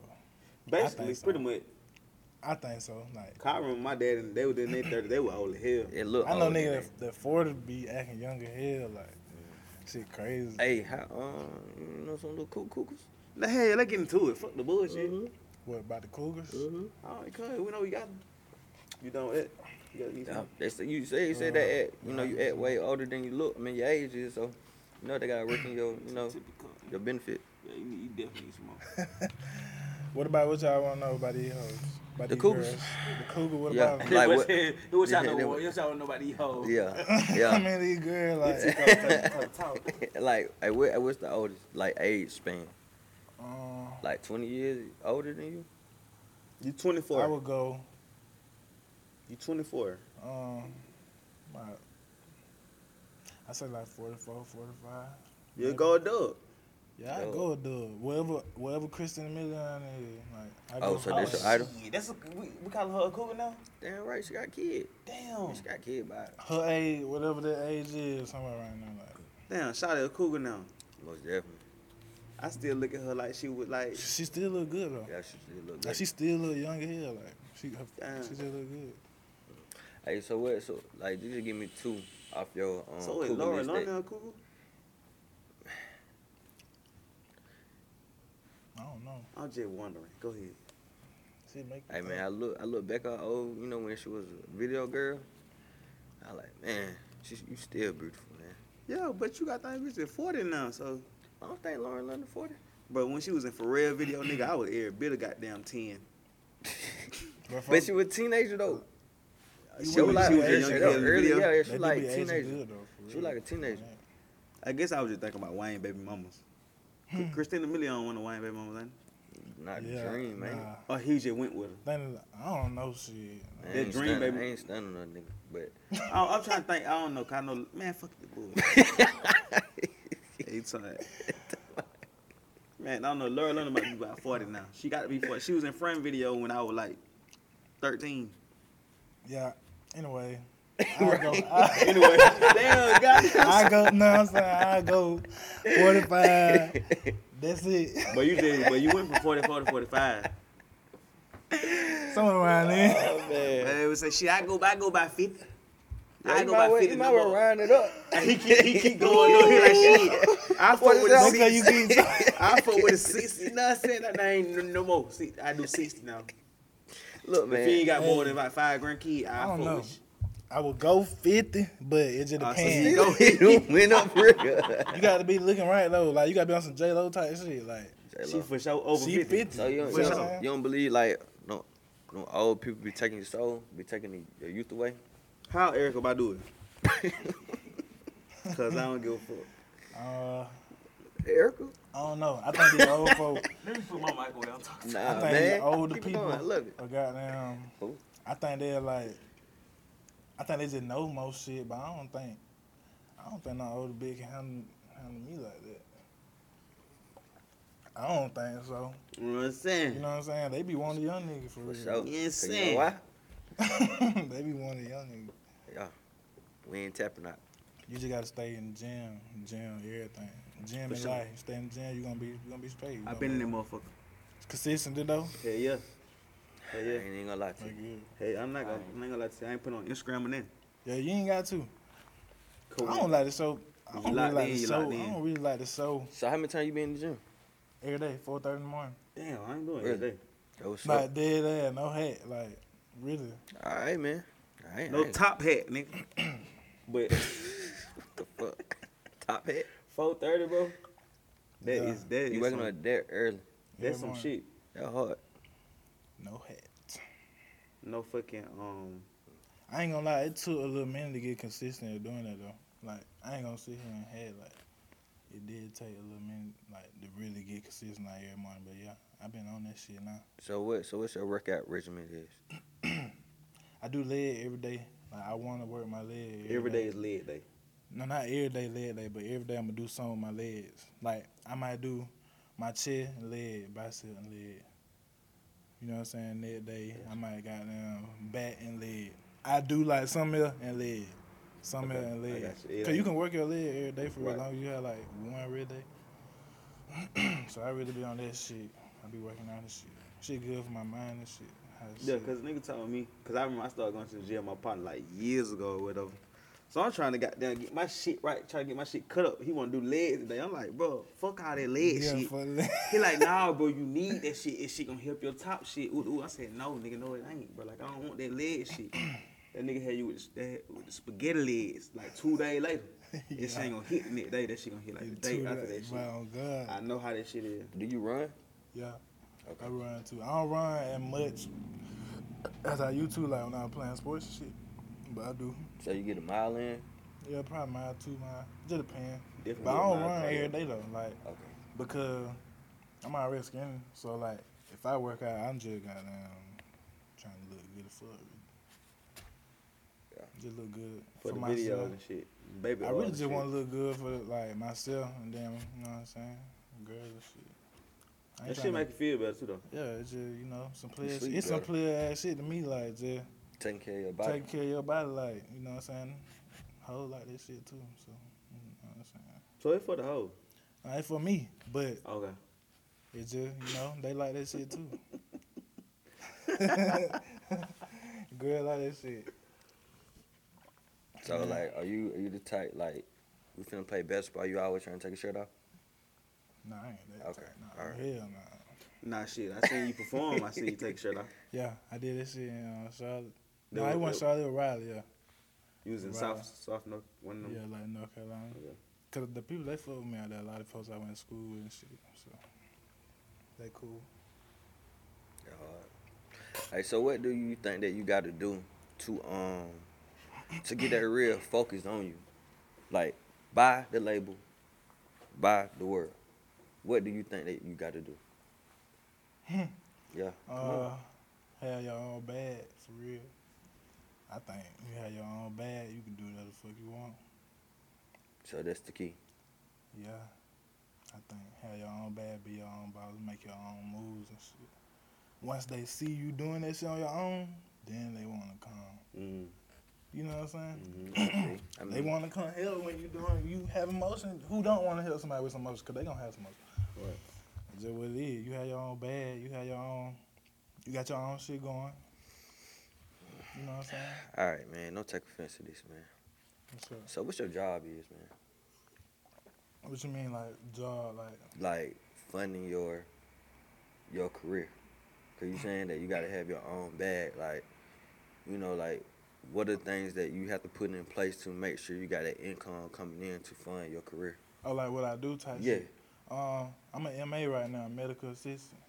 [SPEAKER 5] Basically,
[SPEAKER 3] so.
[SPEAKER 5] pretty much.
[SPEAKER 3] I think so. Like,
[SPEAKER 5] I remember my dad and they was in their 30s. They were old as hell.
[SPEAKER 1] It looked.
[SPEAKER 3] I know
[SPEAKER 1] older
[SPEAKER 3] nigga
[SPEAKER 1] than-
[SPEAKER 3] that, that forty be acting younger hell, like, shit crazy.
[SPEAKER 1] Hey, how um, you know some little cool cougars?
[SPEAKER 5] Now, hey, let's get into it. Fuck the bullshit.
[SPEAKER 3] What about the Cougars?
[SPEAKER 1] Mm-hmm.
[SPEAKER 5] All right, cuz we know we got. You know it. You gotta need
[SPEAKER 1] Yeah,
[SPEAKER 5] some-
[SPEAKER 1] they say you say you say that
[SPEAKER 3] Uh-huh.
[SPEAKER 1] at, you know you act way older than you look. I mean your age is so you know they gotta work in your you know
[SPEAKER 5] Typical.
[SPEAKER 1] your benefit.
[SPEAKER 5] Yeah, you, need- you definitely need some more.
[SPEAKER 3] What about what y'all want to know about these hoes? About
[SPEAKER 1] The
[SPEAKER 3] these
[SPEAKER 1] Cougars?
[SPEAKER 3] girls? The Cougar. What
[SPEAKER 1] Yeah.
[SPEAKER 3] about?
[SPEAKER 1] Like
[SPEAKER 5] Like
[SPEAKER 1] what-
[SPEAKER 5] what? What y'all know?
[SPEAKER 1] Yeah,
[SPEAKER 5] What y'all know about these hoes?
[SPEAKER 1] Yeah,
[SPEAKER 3] I
[SPEAKER 1] yeah.
[SPEAKER 3] mean, these girls like.
[SPEAKER 1] like I wish, I wish the oldest like age span
[SPEAKER 3] Um,
[SPEAKER 1] like 20 years older than you.
[SPEAKER 5] You
[SPEAKER 3] I
[SPEAKER 5] 24.
[SPEAKER 3] would go.
[SPEAKER 5] you 24.
[SPEAKER 3] Um, about, I say like 44, 45.
[SPEAKER 5] You're a gold dog.
[SPEAKER 3] Yeah, I
[SPEAKER 1] Yo.
[SPEAKER 3] go with the whatever whatever Kristen Milian is. Like, I
[SPEAKER 1] Oh,
[SPEAKER 3] go
[SPEAKER 1] so
[SPEAKER 3] for
[SPEAKER 1] that's
[SPEAKER 3] that.
[SPEAKER 1] your idol?
[SPEAKER 5] That's a, we, we call her a cougar now.
[SPEAKER 1] Damn right, she got kid.
[SPEAKER 5] Damn.
[SPEAKER 1] She got kid by it.
[SPEAKER 3] her age, whatever that age is, somewhere right now. Like,
[SPEAKER 5] Damn. Shout out a cougar now.
[SPEAKER 1] Most definitely.
[SPEAKER 5] I still look at her like she would like.
[SPEAKER 3] she still look good though.
[SPEAKER 1] Yeah, she still look
[SPEAKER 3] Like
[SPEAKER 1] good.
[SPEAKER 3] she still look young as hell. Like she, her,
[SPEAKER 5] Damn.
[SPEAKER 3] she still look good.
[SPEAKER 1] Hey, so what? So like, you just give me two off your um.
[SPEAKER 5] so is
[SPEAKER 1] cougar
[SPEAKER 5] Laura
[SPEAKER 1] list that-
[SPEAKER 5] London a cougar?
[SPEAKER 3] I don't know.
[SPEAKER 5] I'm just wondering. Go ahead.
[SPEAKER 3] She make.
[SPEAKER 1] Hey man, I look I look back at old, you know, when she was a video girl. I like, man, she you still beautiful, man.
[SPEAKER 5] Yeah, but you got that bitch at 40 now. So,
[SPEAKER 1] I don't think Lauren London forty.
[SPEAKER 5] but when she was in Pharrell video, nigga, I was every bit of goddamn 10.
[SPEAKER 3] But,
[SPEAKER 1] But she was a teenager though.
[SPEAKER 3] You
[SPEAKER 1] She
[SPEAKER 3] wouldn't
[SPEAKER 1] was like
[SPEAKER 3] be
[SPEAKER 1] yeah,
[SPEAKER 3] too young to
[SPEAKER 5] get in the
[SPEAKER 1] early,
[SPEAKER 5] video.
[SPEAKER 1] yeah, yeah, she was
[SPEAKER 3] They do
[SPEAKER 1] like
[SPEAKER 3] be
[SPEAKER 1] a
[SPEAKER 3] aging
[SPEAKER 1] teenager.
[SPEAKER 3] good, though, for
[SPEAKER 1] She
[SPEAKER 3] real.
[SPEAKER 1] was like a teenager.
[SPEAKER 5] I guess I was just thinking about Wayne baby mamas. Cr- Christina Milian one of Wayne baby mamas, ain't it?
[SPEAKER 1] Not the
[SPEAKER 3] Yeah,
[SPEAKER 1] dream, man.
[SPEAKER 3] nah.
[SPEAKER 5] Or he just went with her.
[SPEAKER 3] Then I don't know shit.
[SPEAKER 1] I
[SPEAKER 5] That
[SPEAKER 1] ain't
[SPEAKER 5] dream,
[SPEAKER 1] stunning-
[SPEAKER 5] baby.
[SPEAKER 1] I ain't stunning on nigga, but
[SPEAKER 5] I, Oh, I'm trying to think. I don't know. Cause I know, man, fuck the bullshit. Hey, son. Man, I don't know. Laura London might be about 40 now. She got to be 40. She was in frame video when I was like 13.
[SPEAKER 3] Yeah. Anyway, I go. I,
[SPEAKER 5] Anyway, damn, God.
[SPEAKER 3] I go. No, I'm saying I go. Forty-five. That's it.
[SPEAKER 5] But you did. But you went from 44 to 45.
[SPEAKER 3] Somewhere
[SPEAKER 5] uh,
[SPEAKER 3] around there.
[SPEAKER 5] But they would say, shit, I go by, I go by 50.
[SPEAKER 1] Yeah,
[SPEAKER 5] I
[SPEAKER 1] you
[SPEAKER 5] go
[SPEAKER 1] might
[SPEAKER 5] by
[SPEAKER 1] well-
[SPEAKER 5] 50.
[SPEAKER 1] you might
[SPEAKER 5] No
[SPEAKER 1] well
[SPEAKER 5] more.
[SPEAKER 1] round it up.
[SPEAKER 5] And he keep, he keep going up. He like, shit, I fuck with
[SPEAKER 3] Don't
[SPEAKER 5] a
[SPEAKER 3] say you
[SPEAKER 5] 60.
[SPEAKER 3] keep.
[SPEAKER 5] I fuck with a 60. No, I'm saying that I ain't no- no more. See, I do 60 now.
[SPEAKER 1] Look
[SPEAKER 5] If you ain't
[SPEAKER 1] man,
[SPEAKER 5] got more than about five grand kid, I,
[SPEAKER 3] I don't
[SPEAKER 5] fuck
[SPEAKER 3] know.
[SPEAKER 5] with you.
[SPEAKER 3] I would go fifty, but it just
[SPEAKER 5] Ah, so
[SPEAKER 3] depends.
[SPEAKER 5] you
[SPEAKER 3] you,
[SPEAKER 5] go-
[SPEAKER 1] he done went up real.
[SPEAKER 3] gotta be looking right though. Like you gotta be on some J Lo type shit. Like
[SPEAKER 5] She for sure over
[SPEAKER 3] she
[SPEAKER 5] 50.
[SPEAKER 3] fifty.
[SPEAKER 1] So you don't,
[SPEAKER 3] For
[SPEAKER 1] you,
[SPEAKER 3] sure.
[SPEAKER 1] don't, you don't believe like no, no old people be taking your soul, be taking the, your youth away?
[SPEAKER 5] How Erica Badu it? Cause I don't give a fuck.
[SPEAKER 3] Uh,
[SPEAKER 1] Erica?
[SPEAKER 3] I don't know. I think these old folk.
[SPEAKER 5] Let me put my mic away. I'm talking.
[SPEAKER 1] Nah,
[SPEAKER 3] I think
[SPEAKER 1] man.
[SPEAKER 3] the older
[SPEAKER 1] Keep it
[SPEAKER 3] people
[SPEAKER 1] going, I love it.
[SPEAKER 3] are goddamn.
[SPEAKER 1] Who?
[SPEAKER 3] I think they're like. I think they just know most shit, but I don't think. I don't think no older bitch can handle, handle me like that. I don't think so.
[SPEAKER 5] You know what I'm
[SPEAKER 3] You
[SPEAKER 5] saying?
[SPEAKER 3] know what I'm saying? They be one of the young niggas
[SPEAKER 1] For
[SPEAKER 3] for real.
[SPEAKER 1] sure.
[SPEAKER 5] You ain't
[SPEAKER 1] So you
[SPEAKER 5] saying.
[SPEAKER 1] know why?
[SPEAKER 3] they be one of the young niggas.
[SPEAKER 1] We ain't tapping out.
[SPEAKER 3] You just gotta stay in the gym, gym, everything. Gym
[SPEAKER 1] For
[SPEAKER 3] and
[SPEAKER 1] sure.
[SPEAKER 3] life. Stay in the gym, you gonna be you gonna be straight. You
[SPEAKER 5] I've
[SPEAKER 3] gonna
[SPEAKER 5] been in
[SPEAKER 3] be
[SPEAKER 5] that motherfucker.
[SPEAKER 3] consistent though.
[SPEAKER 5] Hell yeah. Hell
[SPEAKER 1] I
[SPEAKER 5] yeah.
[SPEAKER 1] ain't even gonna lie to
[SPEAKER 3] Like,
[SPEAKER 1] you.
[SPEAKER 3] yeah.
[SPEAKER 5] Hey, I'm not gonna, I'm not gonna lie to you. I ain't put on Instagram or nothing.
[SPEAKER 3] yeah, you ain't got to.
[SPEAKER 5] Cool.
[SPEAKER 3] I don't like the show. I
[SPEAKER 5] You
[SPEAKER 3] don't really
[SPEAKER 5] locked
[SPEAKER 3] like
[SPEAKER 5] in,
[SPEAKER 3] the
[SPEAKER 5] you
[SPEAKER 3] show.
[SPEAKER 5] locked
[SPEAKER 3] I
[SPEAKER 5] in.
[SPEAKER 3] don't really like the show
[SPEAKER 1] So how many times you been in the gym?
[SPEAKER 3] every day, four thirty in the morning.
[SPEAKER 5] Damn, I ain't doing it
[SPEAKER 1] Really?
[SPEAKER 5] today.
[SPEAKER 1] That was
[SPEAKER 3] Like dead ass, no hat, like really.
[SPEAKER 1] All right, man. I ain't,
[SPEAKER 5] No
[SPEAKER 1] I ain't-
[SPEAKER 5] top hat, nigga. but
[SPEAKER 1] the fuck. Top hat.
[SPEAKER 5] four thirty, bro. That is
[SPEAKER 3] Yeah.
[SPEAKER 5] that is
[SPEAKER 1] You waking
[SPEAKER 5] some-
[SPEAKER 1] up that early.
[SPEAKER 5] That's
[SPEAKER 3] Yeah,
[SPEAKER 5] some
[SPEAKER 3] man.
[SPEAKER 5] shit.
[SPEAKER 1] That hard.
[SPEAKER 3] No hat.
[SPEAKER 5] No fucking um.
[SPEAKER 3] I ain't gonna lie, it took a little minute to get consistent at doing that though. Like I ain't gonna sit here and head like it did take a little minute like to really get consistent like every morning. But yeah, I've been on that shit now.
[SPEAKER 1] So what? So what's your workout regimen is?
[SPEAKER 3] I do leg every day. Like I want to work my leg
[SPEAKER 5] Every day is leg day.
[SPEAKER 3] No, not every day leg day, but every day I'm gonna do some with my legs. Like I might do my chest, and leg, bicep, and leg. You know what I'm saying? That day I might got them back and leg. I do like some else and leg, some
[SPEAKER 5] Okay,
[SPEAKER 3] else and
[SPEAKER 5] I
[SPEAKER 3] leg.
[SPEAKER 5] got you. It
[SPEAKER 3] Cause you
[SPEAKER 5] ain't-
[SPEAKER 3] can work your leg every day for
[SPEAKER 5] Right.
[SPEAKER 3] as long as you have like one real day. so I really be on that shit. I be working out and shit. Shit good for my mind and shit. How it's
[SPEAKER 5] Yeah,
[SPEAKER 3] shit.
[SPEAKER 5] cause nigga told me, cause I remember I started going to the gym with my partner like years ago or whatever. So I'm trying to goddamn get my shit right, try to get my shit cut up. He want to do legs today. I'm like, bro, fuck all that leg
[SPEAKER 3] yeah,
[SPEAKER 5] shit.
[SPEAKER 3] for leg.
[SPEAKER 5] He like, nah, bro, you need that shit. Is shit gonna help your top shit? Ooh, ooh. I said, no, nigga, no, it ain't, bro. Like, I don't want that leg shit. That nigga had you with the, that- with the spaghetti legs. Like two days later, that shit
[SPEAKER 3] Yeah.
[SPEAKER 5] ain't gonna hit the next day. That shit gonna hit like the day
[SPEAKER 3] Two
[SPEAKER 5] after
[SPEAKER 3] days.
[SPEAKER 5] that shit.
[SPEAKER 3] Well, God.
[SPEAKER 5] I know how that shit is.
[SPEAKER 1] Do you run?
[SPEAKER 3] Yeah. I run too. I don't run as much as I used to, like when I was playing sports and shit. But I do.
[SPEAKER 1] So you get a mile in?
[SPEAKER 3] Yeah, probably mile two mile. Just depends.
[SPEAKER 5] Different
[SPEAKER 3] But I
[SPEAKER 5] with
[SPEAKER 3] don't
[SPEAKER 5] my
[SPEAKER 3] run
[SPEAKER 5] cardio.
[SPEAKER 3] every day though, like
[SPEAKER 1] Okay.
[SPEAKER 3] because I'm already skinny. So like if I work out, I'm just goddamn trying to look good as fuck.
[SPEAKER 1] Yeah.
[SPEAKER 3] Just look good
[SPEAKER 5] for, the
[SPEAKER 3] myself.
[SPEAKER 5] video and shit. Baby,
[SPEAKER 3] I
[SPEAKER 5] oil
[SPEAKER 3] really
[SPEAKER 5] and
[SPEAKER 3] just
[SPEAKER 5] shit.
[SPEAKER 3] want to look good for like myself and then you know what I'm saying, girls and shit. I ain't
[SPEAKER 5] That
[SPEAKER 3] tryna-
[SPEAKER 5] shit make you feel better too, though.
[SPEAKER 3] Yeah, it's just you know some player.
[SPEAKER 1] sleep
[SPEAKER 3] It's some
[SPEAKER 1] better.
[SPEAKER 3] player ass shit to me. Like just
[SPEAKER 1] Taking care of your body.
[SPEAKER 3] taking care of your body, like you know what I'm saying. Whole like this shit too. So you know what I'm saying.
[SPEAKER 5] So it's for the hoe.
[SPEAKER 3] Not for me, but
[SPEAKER 5] Okay.
[SPEAKER 3] it's just you know they like that shit too. Girl like that shit.
[SPEAKER 1] So like, are you are you the type like we finna play basketball? You always trying to take a shirt off?
[SPEAKER 3] Nah, I ain't that.
[SPEAKER 1] Okay,
[SPEAKER 3] type. Nah,
[SPEAKER 1] alright.
[SPEAKER 3] hell nah.
[SPEAKER 5] Nah, shit. I seen you perform. I seen you take a shirt off.
[SPEAKER 3] Yeah, I did that shit in uh, Charlotte.
[SPEAKER 5] That
[SPEAKER 3] No, it
[SPEAKER 5] was-
[SPEAKER 3] wasn't
[SPEAKER 5] that-
[SPEAKER 3] Charlotte, it was Raleigh. Yeah,
[SPEAKER 5] You was in
[SPEAKER 3] Right.
[SPEAKER 5] South, South North, one of
[SPEAKER 1] Mm-hmm.
[SPEAKER 5] them.
[SPEAKER 3] yeah, like North Carolina.
[SPEAKER 5] Okay.
[SPEAKER 3] Cause the people they fuck with me out there, a lot of folks I went to school with and shit. So they cool.
[SPEAKER 1] Yeah, hard. Hey, so what do you think that you got to do to um to get that real focus on you, like by the label, by the world? What do you think that you got to do? yeah, come
[SPEAKER 3] Uh,
[SPEAKER 1] on.
[SPEAKER 3] have your own bag for real. I think you have your own bag, you can do whatever the fuck you want.
[SPEAKER 1] So that's the key.
[SPEAKER 3] Yeah, I think have your own bag, be your own boss, make your own moves and shit. Once they see you doing that shit on your own, then they wanna come.
[SPEAKER 5] Mm,
[SPEAKER 3] You know what I'm saying?
[SPEAKER 1] See? Mm-hmm. I
[SPEAKER 3] They
[SPEAKER 1] mean,
[SPEAKER 3] wanna come help when you doing you have emotions. Who don't wanna help somebody with some emotions? Cause they gonna have some emotions.
[SPEAKER 5] Right.
[SPEAKER 3] It's just what it is. You have your own bag. You have your own. You got your own shit going. You know what I'm saying?
[SPEAKER 1] all right, man. Don't take offense to this, man.
[SPEAKER 3] What's up?
[SPEAKER 1] So what's your job is, man?
[SPEAKER 3] What you mean, like job, like
[SPEAKER 1] like funding your your career. Cause you saying that you gotta have your own bag, like you know, like what are the things that you have to put in place to make sure you got that income coming in to fund your career?
[SPEAKER 3] oh, like what I do type
[SPEAKER 1] Yeah.
[SPEAKER 3] shit. Um, I'm an MA right now, medical assistant,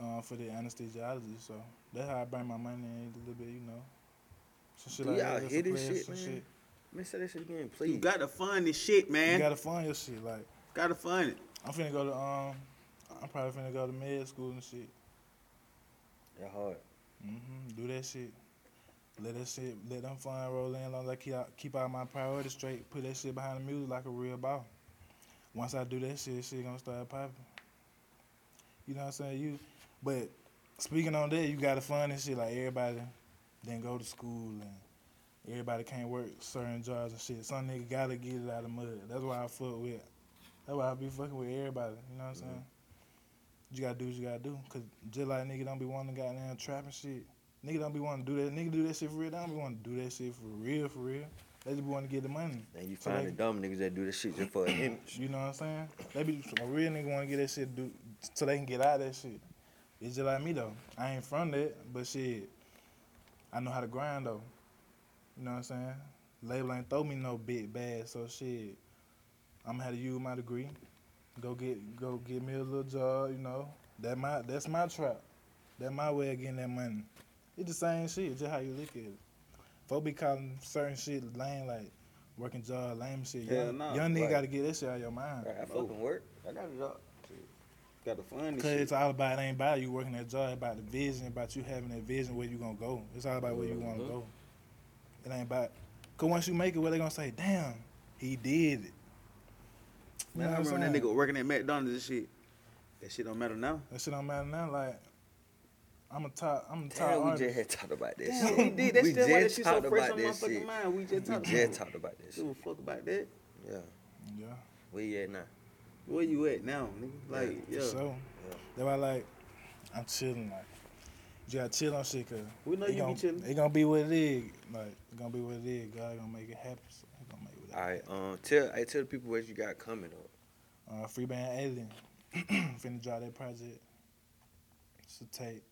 [SPEAKER 3] uh, for the anesthesiologist. So that's how I bring my money in a little bit, you know. Some shit
[SPEAKER 1] Do
[SPEAKER 3] like
[SPEAKER 1] y'all
[SPEAKER 3] that. just
[SPEAKER 1] hear
[SPEAKER 3] some
[SPEAKER 1] this
[SPEAKER 3] prayers,
[SPEAKER 1] shit,
[SPEAKER 3] some
[SPEAKER 1] man?
[SPEAKER 3] shit.
[SPEAKER 1] Man, say that shit again, please.
[SPEAKER 5] You got to fund this shit,
[SPEAKER 3] You
[SPEAKER 5] man.
[SPEAKER 3] gotta fund your shit. Like
[SPEAKER 5] got to fund it.
[SPEAKER 3] I'm finna go to um, I'm probably finna go to med school and shit.
[SPEAKER 1] that hard.
[SPEAKER 3] hmm Do that shit. Let that shit, let them fun roll in. Long as I keep out, keep out my priorities straight. Put that shit behind the music like a real ball. Once I do that shit, shit gonna start popping. You know what I'm saying? You, but speaking on that, you gotta fund this shit like everybody. Then go to school and everybody can't work certain jobs and shit. Some nigga gotta get it out of mud. That's why I fuck with. That's why I be fucking with everybody. You know what I'm saying? You gotta do what you gotta do. Cause just like nigga don't be wanting to goddamn trap and shit. Nigga don't be wanting to do that. Nigga do that shit for real. They don't be wanting to do that shit for real, for real. They just be wanting to get the money.
[SPEAKER 1] And you
[SPEAKER 3] So
[SPEAKER 1] find
[SPEAKER 3] they-
[SPEAKER 1] the dumb niggas that do this shit just for an image.
[SPEAKER 3] You know what I'm saying? They be a real nigga want to get that shit do, so they can get out of that shit. It's just like me though. I ain't from that, but shit, I know how to grind though. You know what I'm saying? Label ain't throw me no big bag, so shit. I'm gonna have to use my degree. Go get go get me a little job, you know. That my that's my trap. That my way of getting that money. It's the same shit, just how you look at it. Folk be calling certain shit lame like working job, lame shit.
[SPEAKER 5] Hell
[SPEAKER 3] young,
[SPEAKER 5] nah,
[SPEAKER 3] young nigga
[SPEAKER 5] right.
[SPEAKER 3] gotta get that shit out of your mind.
[SPEAKER 1] Right, I fucking work.
[SPEAKER 5] I got a job. Got the fun.
[SPEAKER 3] Cause it's all about it ain't about you working that job, it's about the vision, about you having that vision where you gonna go. It's all about where you wanna
[SPEAKER 5] Mm-hmm.
[SPEAKER 3] go. It ain't about cause once you make it, where they gonna say, damn, he did it. You know
[SPEAKER 5] Man,
[SPEAKER 3] what I'm
[SPEAKER 5] I remember when that
[SPEAKER 3] saying?
[SPEAKER 5] nigga working at McDonald's and shit. That shit don't matter now.
[SPEAKER 3] That shit don't matter now. Like I'm a top, I'm a top
[SPEAKER 1] Damn, we
[SPEAKER 3] artist.
[SPEAKER 1] just had talked about that
[SPEAKER 5] Damn,
[SPEAKER 1] shit.
[SPEAKER 5] we did. That's
[SPEAKER 1] we
[SPEAKER 5] still why that
[SPEAKER 1] just
[SPEAKER 5] shit so
[SPEAKER 1] talked
[SPEAKER 5] fresh
[SPEAKER 1] about
[SPEAKER 5] on
[SPEAKER 1] that
[SPEAKER 5] my fucking
[SPEAKER 1] shit.
[SPEAKER 5] mind. We just talked
[SPEAKER 1] We just
[SPEAKER 5] about it.
[SPEAKER 1] talked about that
[SPEAKER 5] Give
[SPEAKER 1] shit.
[SPEAKER 5] a fuck about that.
[SPEAKER 1] Yeah.
[SPEAKER 3] Yeah,
[SPEAKER 1] Where you at now?
[SPEAKER 5] Where you at now, nigga? Like, yeah.
[SPEAKER 3] So
[SPEAKER 1] Yeah.
[SPEAKER 3] that's why like I'm chilling. Like you gotta chill on shit, cause
[SPEAKER 5] We know
[SPEAKER 3] it
[SPEAKER 5] you be
[SPEAKER 3] gon-
[SPEAKER 5] chilling.
[SPEAKER 3] It gonna be what it is. Like it gonna be what it is. God gonna make it happen. So he gonna make it
[SPEAKER 1] All
[SPEAKER 3] happen.
[SPEAKER 1] right. Um, tell I tell the people what you got coming up.
[SPEAKER 3] Uh, Free Band Alien. Finna draw that project. It's a tape.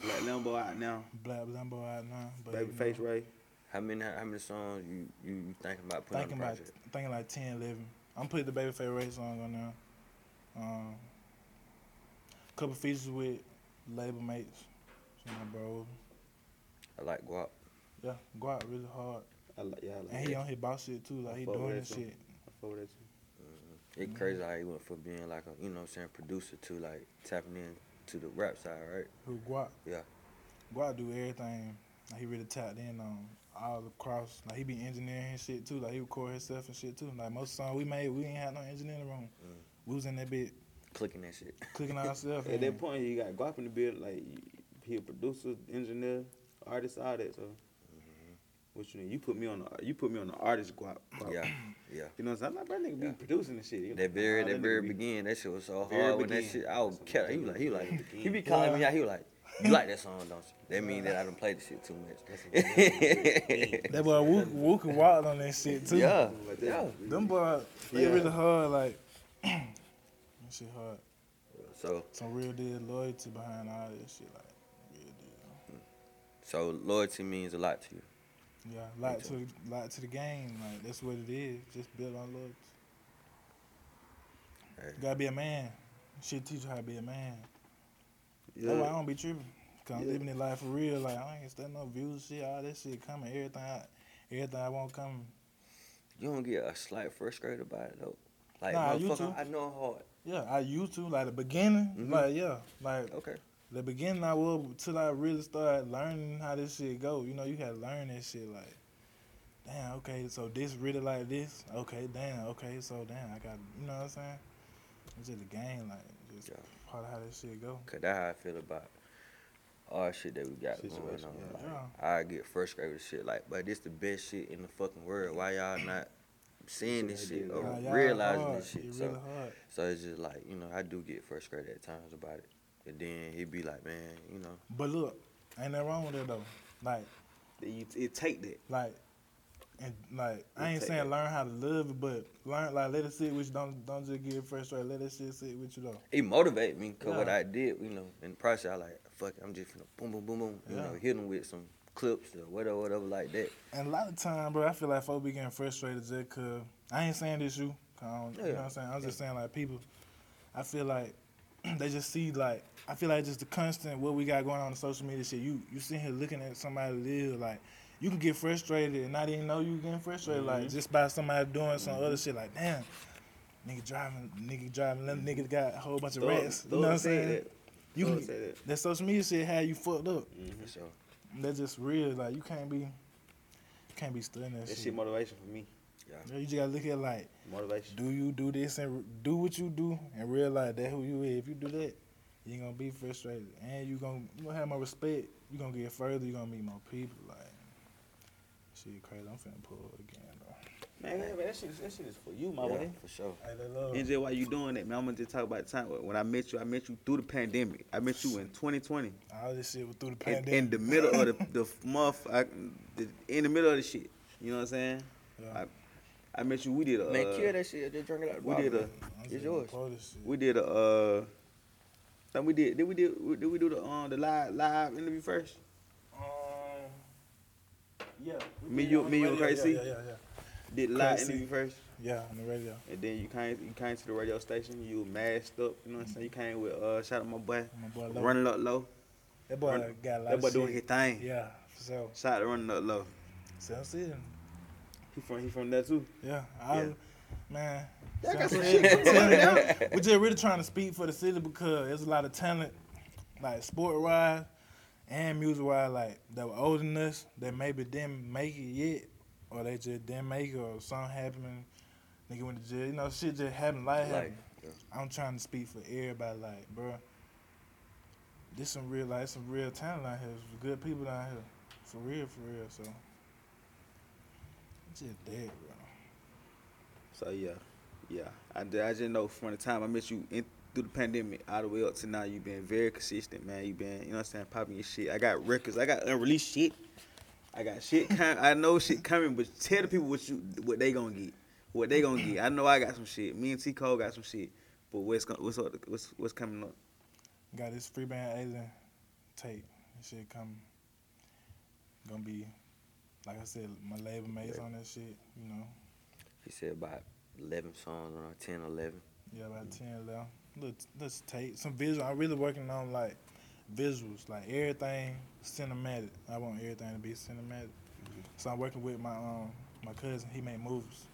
[SPEAKER 5] Black Lambo out now.
[SPEAKER 3] Black Limbo out now. But you know,
[SPEAKER 5] Babyface Ray.
[SPEAKER 1] How many how many songs you you, you thinking about putting
[SPEAKER 3] Thinking
[SPEAKER 1] on the
[SPEAKER 3] about
[SPEAKER 1] project?
[SPEAKER 3] thinking like 10, 11. I'm putting the Babyface Ray song on there. Um, couple features with label mates. So my bro.
[SPEAKER 1] I like guap.
[SPEAKER 3] Yeah, go out really hard.
[SPEAKER 5] I like, yeah, I like
[SPEAKER 3] And he
[SPEAKER 5] that.
[SPEAKER 3] on his boss shit too. Like he
[SPEAKER 5] Fuck
[SPEAKER 3] doing
[SPEAKER 5] with
[SPEAKER 3] this
[SPEAKER 5] that song.
[SPEAKER 3] shit.
[SPEAKER 5] I fuck with that too.
[SPEAKER 1] It crazy how he went from being like a you know what I'm saying producer to like tapping in to the rap side, right?
[SPEAKER 3] Who Guap?
[SPEAKER 1] Yeah.
[SPEAKER 3] Guap do everything. Like he really tapped in on all across. Like he be engineering his shit too. Like he record himself and shit too. Like most songs we made, we ain't had no engineer in the room. We was in that bit
[SPEAKER 1] Clicking that shit.
[SPEAKER 3] clicking ourselves.
[SPEAKER 5] At that point, you got Guap in the build. Like, you- he a producer, engineer, artist, all that. So, what you need? You put me on the you put me on the artist Guap. Guap.
[SPEAKER 1] Yeah. Yeah.
[SPEAKER 5] You know what I'm saying? I'm like, that nigga
[SPEAKER 1] Yeah.
[SPEAKER 5] be producing and shit. You
[SPEAKER 1] That
[SPEAKER 5] like,
[SPEAKER 1] very
[SPEAKER 5] nah,
[SPEAKER 1] that
[SPEAKER 5] nigga
[SPEAKER 1] very
[SPEAKER 5] be-
[SPEAKER 1] beginning, that shit was so
[SPEAKER 5] Very
[SPEAKER 1] hard when that
[SPEAKER 5] beginning.
[SPEAKER 1] shit I was
[SPEAKER 5] That's what
[SPEAKER 1] kept
[SPEAKER 5] I'm
[SPEAKER 1] he was like he was
[SPEAKER 5] saying.
[SPEAKER 1] like he be calling me out, he was like, You like that song, don't you? That mean that I done played the shit too much.
[SPEAKER 3] That boy Wu Wu can wild on that shit too.
[SPEAKER 1] yeah.
[SPEAKER 5] Like that.
[SPEAKER 1] Yeah.
[SPEAKER 3] Them boy, they
[SPEAKER 5] Yeah.
[SPEAKER 3] really hard. Like that shit hard.
[SPEAKER 1] So
[SPEAKER 3] Some real deal loyalty behind all this shit. Like real deal.
[SPEAKER 1] so loyalty means a lot to you.
[SPEAKER 3] Yeah, lot to the, lot to the game. Like that's what it is. Just build on loyalty.
[SPEAKER 1] Hey.
[SPEAKER 3] You gotta be a man. Shit teach you how to be a man.
[SPEAKER 5] Yeah.
[SPEAKER 3] That's why I don't be tripping. Cause I'm
[SPEAKER 5] Yeah.
[SPEAKER 3] living it life for real. Like I ain't studying no views, shit, all that shit coming, everything I everything I want coming.
[SPEAKER 1] You don't get a slight frustrated about it though. Like
[SPEAKER 3] Nah, you too.
[SPEAKER 1] motherfucker, I know I'm hard.
[SPEAKER 3] Yeah, I used to, like the beginning,
[SPEAKER 1] Mhm.
[SPEAKER 5] Mm-hmm.
[SPEAKER 3] like yeah. Like
[SPEAKER 1] Okay.
[SPEAKER 3] the beginning I was till I really started learning how this shit go. You know, you had to learn that shit like Damn, okay, so this really like this. Okay, damn, okay, so damn, I got you know what I'm saying? It's just a game, like just
[SPEAKER 1] Yeah.
[SPEAKER 3] part of how this shit go.
[SPEAKER 1] Cause that's how I feel about all the shit that we got going
[SPEAKER 5] Situation,
[SPEAKER 1] on.
[SPEAKER 5] yeah.
[SPEAKER 1] Like,
[SPEAKER 3] Yeah.
[SPEAKER 1] I get frustrated with shit like, but this the best shit in the fucking world. Why y'all not seeing this shit or
[SPEAKER 3] Nah, y'all
[SPEAKER 1] realizing
[SPEAKER 3] hard.
[SPEAKER 1] this shit?
[SPEAKER 3] It
[SPEAKER 1] So,
[SPEAKER 3] really hard.
[SPEAKER 1] so it's just like you know, I do get frustrated at times about it. And then he'd be like, man, you know,
[SPEAKER 3] But look, ain't nothing wrong with it though. Like
[SPEAKER 5] That You, it take that.
[SPEAKER 3] like and like I ain't
[SPEAKER 5] take
[SPEAKER 3] saying
[SPEAKER 5] that.
[SPEAKER 3] learn how to love it, but learn like let it sit with you. Don't don't just get frustrated. Let that shit sit with you though.
[SPEAKER 1] he motivated me because what
[SPEAKER 3] Yeah.
[SPEAKER 1] I did, you know, in the process, I like, fuck, it, I'm just gonna boom, boom, boom, boom, you
[SPEAKER 3] Yeah.
[SPEAKER 1] know, hit him with some clips or whatever, whatever like that.
[SPEAKER 3] And a lot of time, bro, I feel like folks be getting frustrated just cause I ain't saying this you. 'cause I don't, You
[SPEAKER 1] Yeah.
[SPEAKER 3] know what I'm saying? I'm just saying like people. I feel like they just see like I feel like just the constant what we got going on in social media shit. You you sitting here looking at somebody live like. You can get frustrated and not even know you getting frustrated, like just by somebody doing some other shit. Like, damn, nigga driving, nigga driving, little nigga got a whole bunch of
[SPEAKER 5] Thug-
[SPEAKER 3] rats. You
[SPEAKER 5] Thug
[SPEAKER 3] know what I'm
[SPEAKER 5] said
[SPEAKER 3] saying?
[SPEAKER 5] that.
[SPEAKER 3] You
[SPEAKER 5] Thug
[SPEAKER 3] can,
[SPEAKER 5] said that.
[SPEAKER 3] that. social media shit had you fucked up.
[SPEAKER 1] For sure.
[SPEAKER 3] That's just real. Like you can't be, you can't be studying that,
[SPEAKER 5] That
[SPEAKER 3] shit.
[SPEAKER 5] shit motivation for me.
[SPEAKER 3] Yeah, you just gotta look at like,
[SPEAKER 5] Motivation.
[SPEAKER 3] do you do this and re- do what you do and realize that who you is. If you do that, you gonna be frustrated and you gonna you gonna have more respect. You gonna get further. You gonna meet more people. Like, shit, crazy. I'm finna pull again, bro.
[SPEAKER 5] Man, man, that, shit, that shit is for you, my
[SPEAKER 1] Yeah,
[SPEAKER 5] boy.
[SPEAKER 1] for sure.
[SPEAKER 3] Hey, they love.
[SPEAKER 5] NJ, why you doing that, man? I'm gonna just talk about the time when I met you. I met you through the pandemic. I met you in 2020,
[SPEAKER 3] All this shit was through the
[SPEAKER 5] in,
[SPEAKER 3] pandemic.
[SPEAKER 5] in the middle of the the month, I, the, in the middle of the shit. You know what I'm saying?
[SPEAKER 3] Yeah.
[SPEAKER 5] I, I met you. We did a
[SPEAKER 1] Man,
[SPEAKER 5] uh,
[SPEAKER 1] kill that shit. Just drink it out. the
[SPEAKER 5] we
[SPEAKER 1] bottle,
[SPEAKER 5] did a-
[SPEAKER 1] man.
[SPEAKER 3] I'm
[SPEAKER 1] It's
[SPEAKER 3] just
[SPEAKER 1] yours.
[SPEAKER 3] gonna pull this shit.
[SPEAKER 5] we did a uh, and uh, we did did we did did we do the um the live live interview first?
[SPEAKER 3] Um, Yeah. we
[SPEAKER 5] Me,
[SPEAKER 3] did
[SPEAKER 5] you-
[SPEAKER 3] on
[SPEAKER 5] me,
[SPEAKER 3] the
[SPEAKER 5] you and
[SPEAKER 3] radio.
[SPEAKER 5] Crazy?
[SPEAKER 3] Yeah, yeah, yeah,
[SPEAKER 5] Did live
[SPEAKER 3] Crazy.
[SPEAKER 5] interview first,
[SPEAKER 3] yeah. Yeah, on the radio.
[SPEAKER 5] and then you came you came to the radio station. You mashed up. You know what I'm saying? You came with uh, shout out my boy,
[SPEAKER 3] My boy Lo.
[SPEAKER 5] running up low.
[SPEAKER 3] That boy
[SPEAKER 5] Run-
[SPEAKER 3] got a lot
[SPEAKER 5] That boy
[SPEAKER 3] of
[SPEAKER 5] doing his
[SPEAKER 3] shit.
[SPEAKER 5] thing.
[SPEAKER 3] Yeah, so
[SPEAKER 5] Shout out to running up low.
[SPEAKER 3] so I see him.
[SPEAKER 5] He from he from there too.
[SPEAKER 3] Yeah, I
[SPEAKER 5] Yeah.
[SPEAKER 3] man.
[SPEAKER 5] Y'all got
[SPEAKER 3] so
[SPEAKER 5] some
[SPEAKER 3] I'm saying,
[SPEAKER 5] shit going on
[SPEAKER 3] We're just really trying to speak for the city because there's a lot of talent, like sport wise and music wise, like that were older than us that maybe didn't make it yet, or they just didn't make it, or something happened. Nigga went to jail. You know, shit just happened. Life happened.
[SPEAKER 1] Like,
[SPEAKER 3] I'm trying to speak for everybody, like, bro. This some real, like, some real talent out here. Some good people down here, for real, for real. So, it's just dead, bro.
[SPEAKER 5] So yeah, yeah. I, ju- I just know from the time I met you in, through the pandemic all the way up to now, you've been very consistent, man. You've been, you know what I'm saying, popping your shit. I got records. I got unreleased shit. I got shit. Com- I know shit coming, but tell the people what you what they gonna get, what they gonna get. I know I got some shit. Me and T Cole got some shit. But what's gon- what's up, what's what's coming up?
[SPEAKER 3] Got this free band alien tape. This shit come, gonna be, like I said, my labor mates on that shit. You know,
[SPEAKER 1] he said about 11 songs, around 10, 11.
[SPEAKER 3] yeah, about ten left. Look, let's tape some visual. I'm really working on like visuals, like everything cinematic. I want everything to be cinematic. So I'm working with my um my cousin. He made movies.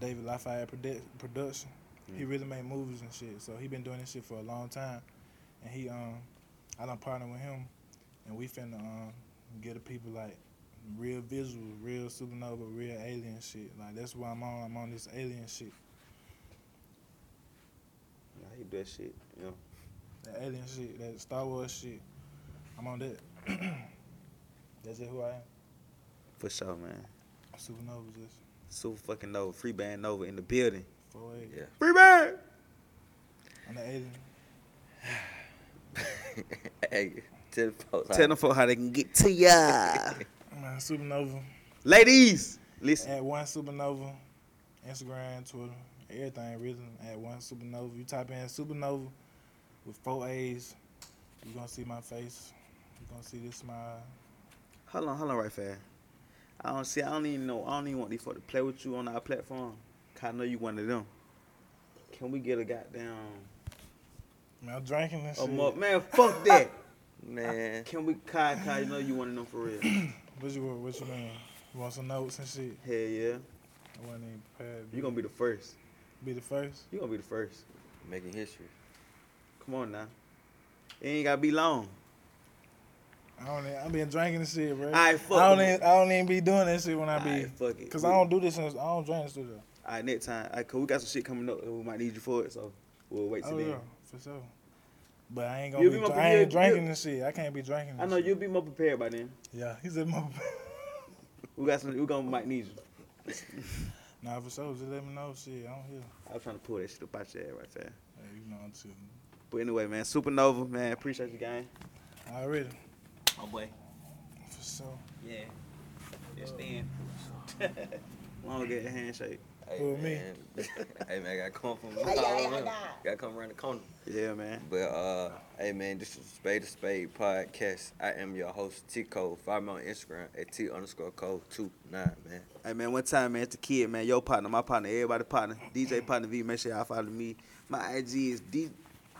[SPEAKER 3] David Lafayette produ- production. He really made movies and shit. So he been doing this shit for a long time. And he um I done partnered with him and we finna um get the people like real visuals, real supernova, real alien shit. Like that's why I'm on I'm on this alien shit.
[SPEAKER 5] Yeah, he do that shit. You know,
[SPEAKER 3] That alien shit, that Star Wars shit. I'm on that. that's just who I am.
[SPEAKER 5] for sure, man.
[SPEAKER 3] Supernovas is
[SPEAKER 5] Super fucking Nova, free band Nova in the building.
[SPEAKER 3] four eight.
[SPEAKER 1] Yeah.
[SPEAKER 5] Free band.
[SPEAKER 3] I'm the alien.
[SPEAKER 1] hey, tell the folks. how-
[SPEAKER 5] Tell them folk how they can get to ya,
[SPEAKER 3] Man, supernova.
[SPEAKER 5] ladies. Listen.
[SPEAKER 3] At one supernova, Instagram, Twitter, everything really. At one supernova, you type in supernova with four A's, you're gonna see my face. You're gonna see this smile.
[SPEAKER 5] Hold on, hold on, right fast. I don't see. I don't even know. I don't even want these folk to play with you on our platform. 'Cause I know you one of them. Can we get a goddamn
[SPEAKER 3] Man, I'm drinking this
[SPEAKER 5] a
[SPEAKER 3] shit.
[SPEAKER 5] mug? Man, fuck that.
[SPEAKER 1] Man.
[SPEAKER 5] Can we, Kai? Kai, you know you one of them for real.
[SPEAKER 3] What you want? What you mean? You want some notes and shit?
[SPEAKER 5] Hell yeah.
[SPEAKER 3] I wasn't even prepared.
[SPEAKER 5] You gonna be the first.
[SPEAKER 3] be the first?
[SPEAKER 5] You gonna be the first.
[SPEAKER 1] Making history.
[SPEAKER 5] Come on now. It ain't gotta be long.
[SPEAKER 3] I don't. Even, I been drinking this shit, bro.
[SPEAKER 5] Alright, fuck
[SPEAKER 3] I don't.
[SPEAKER 5] it.
[SPEAKER 3] Even, I don't even be doing that shit when I be.
[SPEAKER 5] Alright, fuck it.
[SPEAKER 3] Cause I don't do this. In, I don't drink in the studio.
[SPEAKER 5] All right, next time. All right, cause we got some shit coming up and we might need you for it. So we'll wait till
[SPEAKER 3] Oh
[SPEAKER 5] then.
[SPEAKER 3] yeah, for sure. But I ain't gonna
[SPEAKER 5] You'll
[SPEAKER 3] be.
[SPEAKER 5] be my-
[SPEAKER 3] dr- I ain't
[SPEAKER 5] you'll-
[SPEAKER 3] drinking
[SPEAKER 5] you'll-
[SPEAKER 3] this shit. I can't be drinking. This
[SPEAKER 5] I know
[SPEAKER 3] shit.
[SPEAKER 5] you'll be more prepared by then.
[SPEAKER 3] Yeah, he's in my.
[SPEAKER 5] We got some. We gonna might need you.
[SPEAKER 3] nah, for sure. Just let me know. Shit, I'm here.
[SPEAKER 5] I was trying to pull that shit up out your head right there.
[SPEAKER 3] Hey, you know I'm chilling.
[SPEAKER 5] But anyway, man, Supernova, man, appreciate you, gang.
[SPEAKER 3] Already,
[SPEAKER 5] My boy.
[SPEAKER 3] for sure.
[SPEAKER 5] Yeah. Just in. Long get the handshake.
[SPEAKER 1] Hey,
[SPEAKER 3] Who, me?
[SPEAKER 1] man. hey, man, I got come from Got to come around the corner.
[SPEAKER 5] Yeah, man.
[SPEAKER 1] But uh, hey man, this is Spade to Spade podcast. I am your host T Cole. Find me on Instagram at T underscore Cole two nine man.
[SPEAKER 5] Hey, man, one time, man, it's the kid, man, your partner, my partner, everybody partner, DJ partner V. Make sure y'all follow me. My IG is D.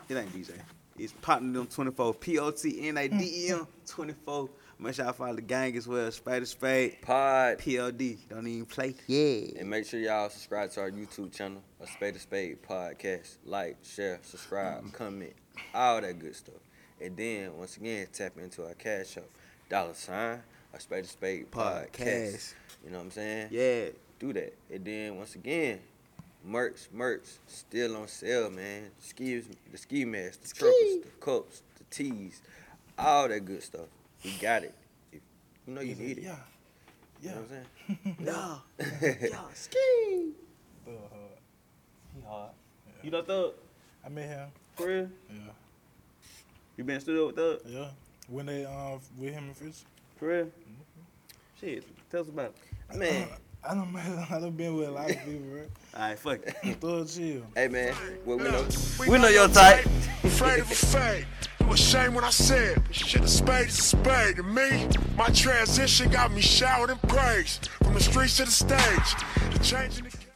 [SPEAKER 5] It ain't DJ. It's partner them 24. P O T N A D E M 24. Make sure y'all follow the gang as well. Spade to Spade.
[SPEAKER 1] Pod
[SPEAKER 5] P L D. Don't even play. Yeah.
[SPEAKER 1] and make sure y'all subscribe to our YouTube channel, a Spade to Spade podcast. Like, share, subscribe, comment, all that good stuff. And then once again, tap into our cash up dollar sign a Spade to Spade podcast.
[SPEAKER 5] Podcast.
[SPEAKER 1] You know what I'm saying?
[SPEAKER 5] Yeah.
[SPEAKER 1] do that. And then once again, merch, merch, still on sale, man. Skis, the ski masks, the truckers, the cups, the tees, all that good stuff. We got it. If, you know you need it.
[SPEAKER 3] Yeah.
[SPEAKER 1] You
[SPEAKER 3] Yeah.
[SPEAKER 1] know what I'm
[SPEAKER 5] Nah.
[SPEAKER 1] saying?
[SPEAKER 5] Y'all ski.
[SPEAKER 3] Thug hard.
[SPEAKER 5] He hard. You know Thug?
[SPEAKER 3] uh, I met him.
[SPEAKER 5] For real?
[SPEAKER 3] Yeah.
[SPEAKER 5] You been in the studio with Thug?
[SPEAKER 3] Yeah. When they um with him and Fritz.
[SPEAKER 5] For real? Shit, tell us about it.
[SPEAKER 1] man,
[SPEAKER 3] I don't. I done been with a lot of people, bro.
[SPEAKER 5] Alright, fuck it.
[SPEAKER 3] Thug chill.
[SPEAKER 1] hey man, what we know.
[SPEAKER 2] We know your type. Afraid of a fade. You a was shame when I said, shit a spade is a spade. To me, my transition got me showered in praise. From the streets to the stage, the change in the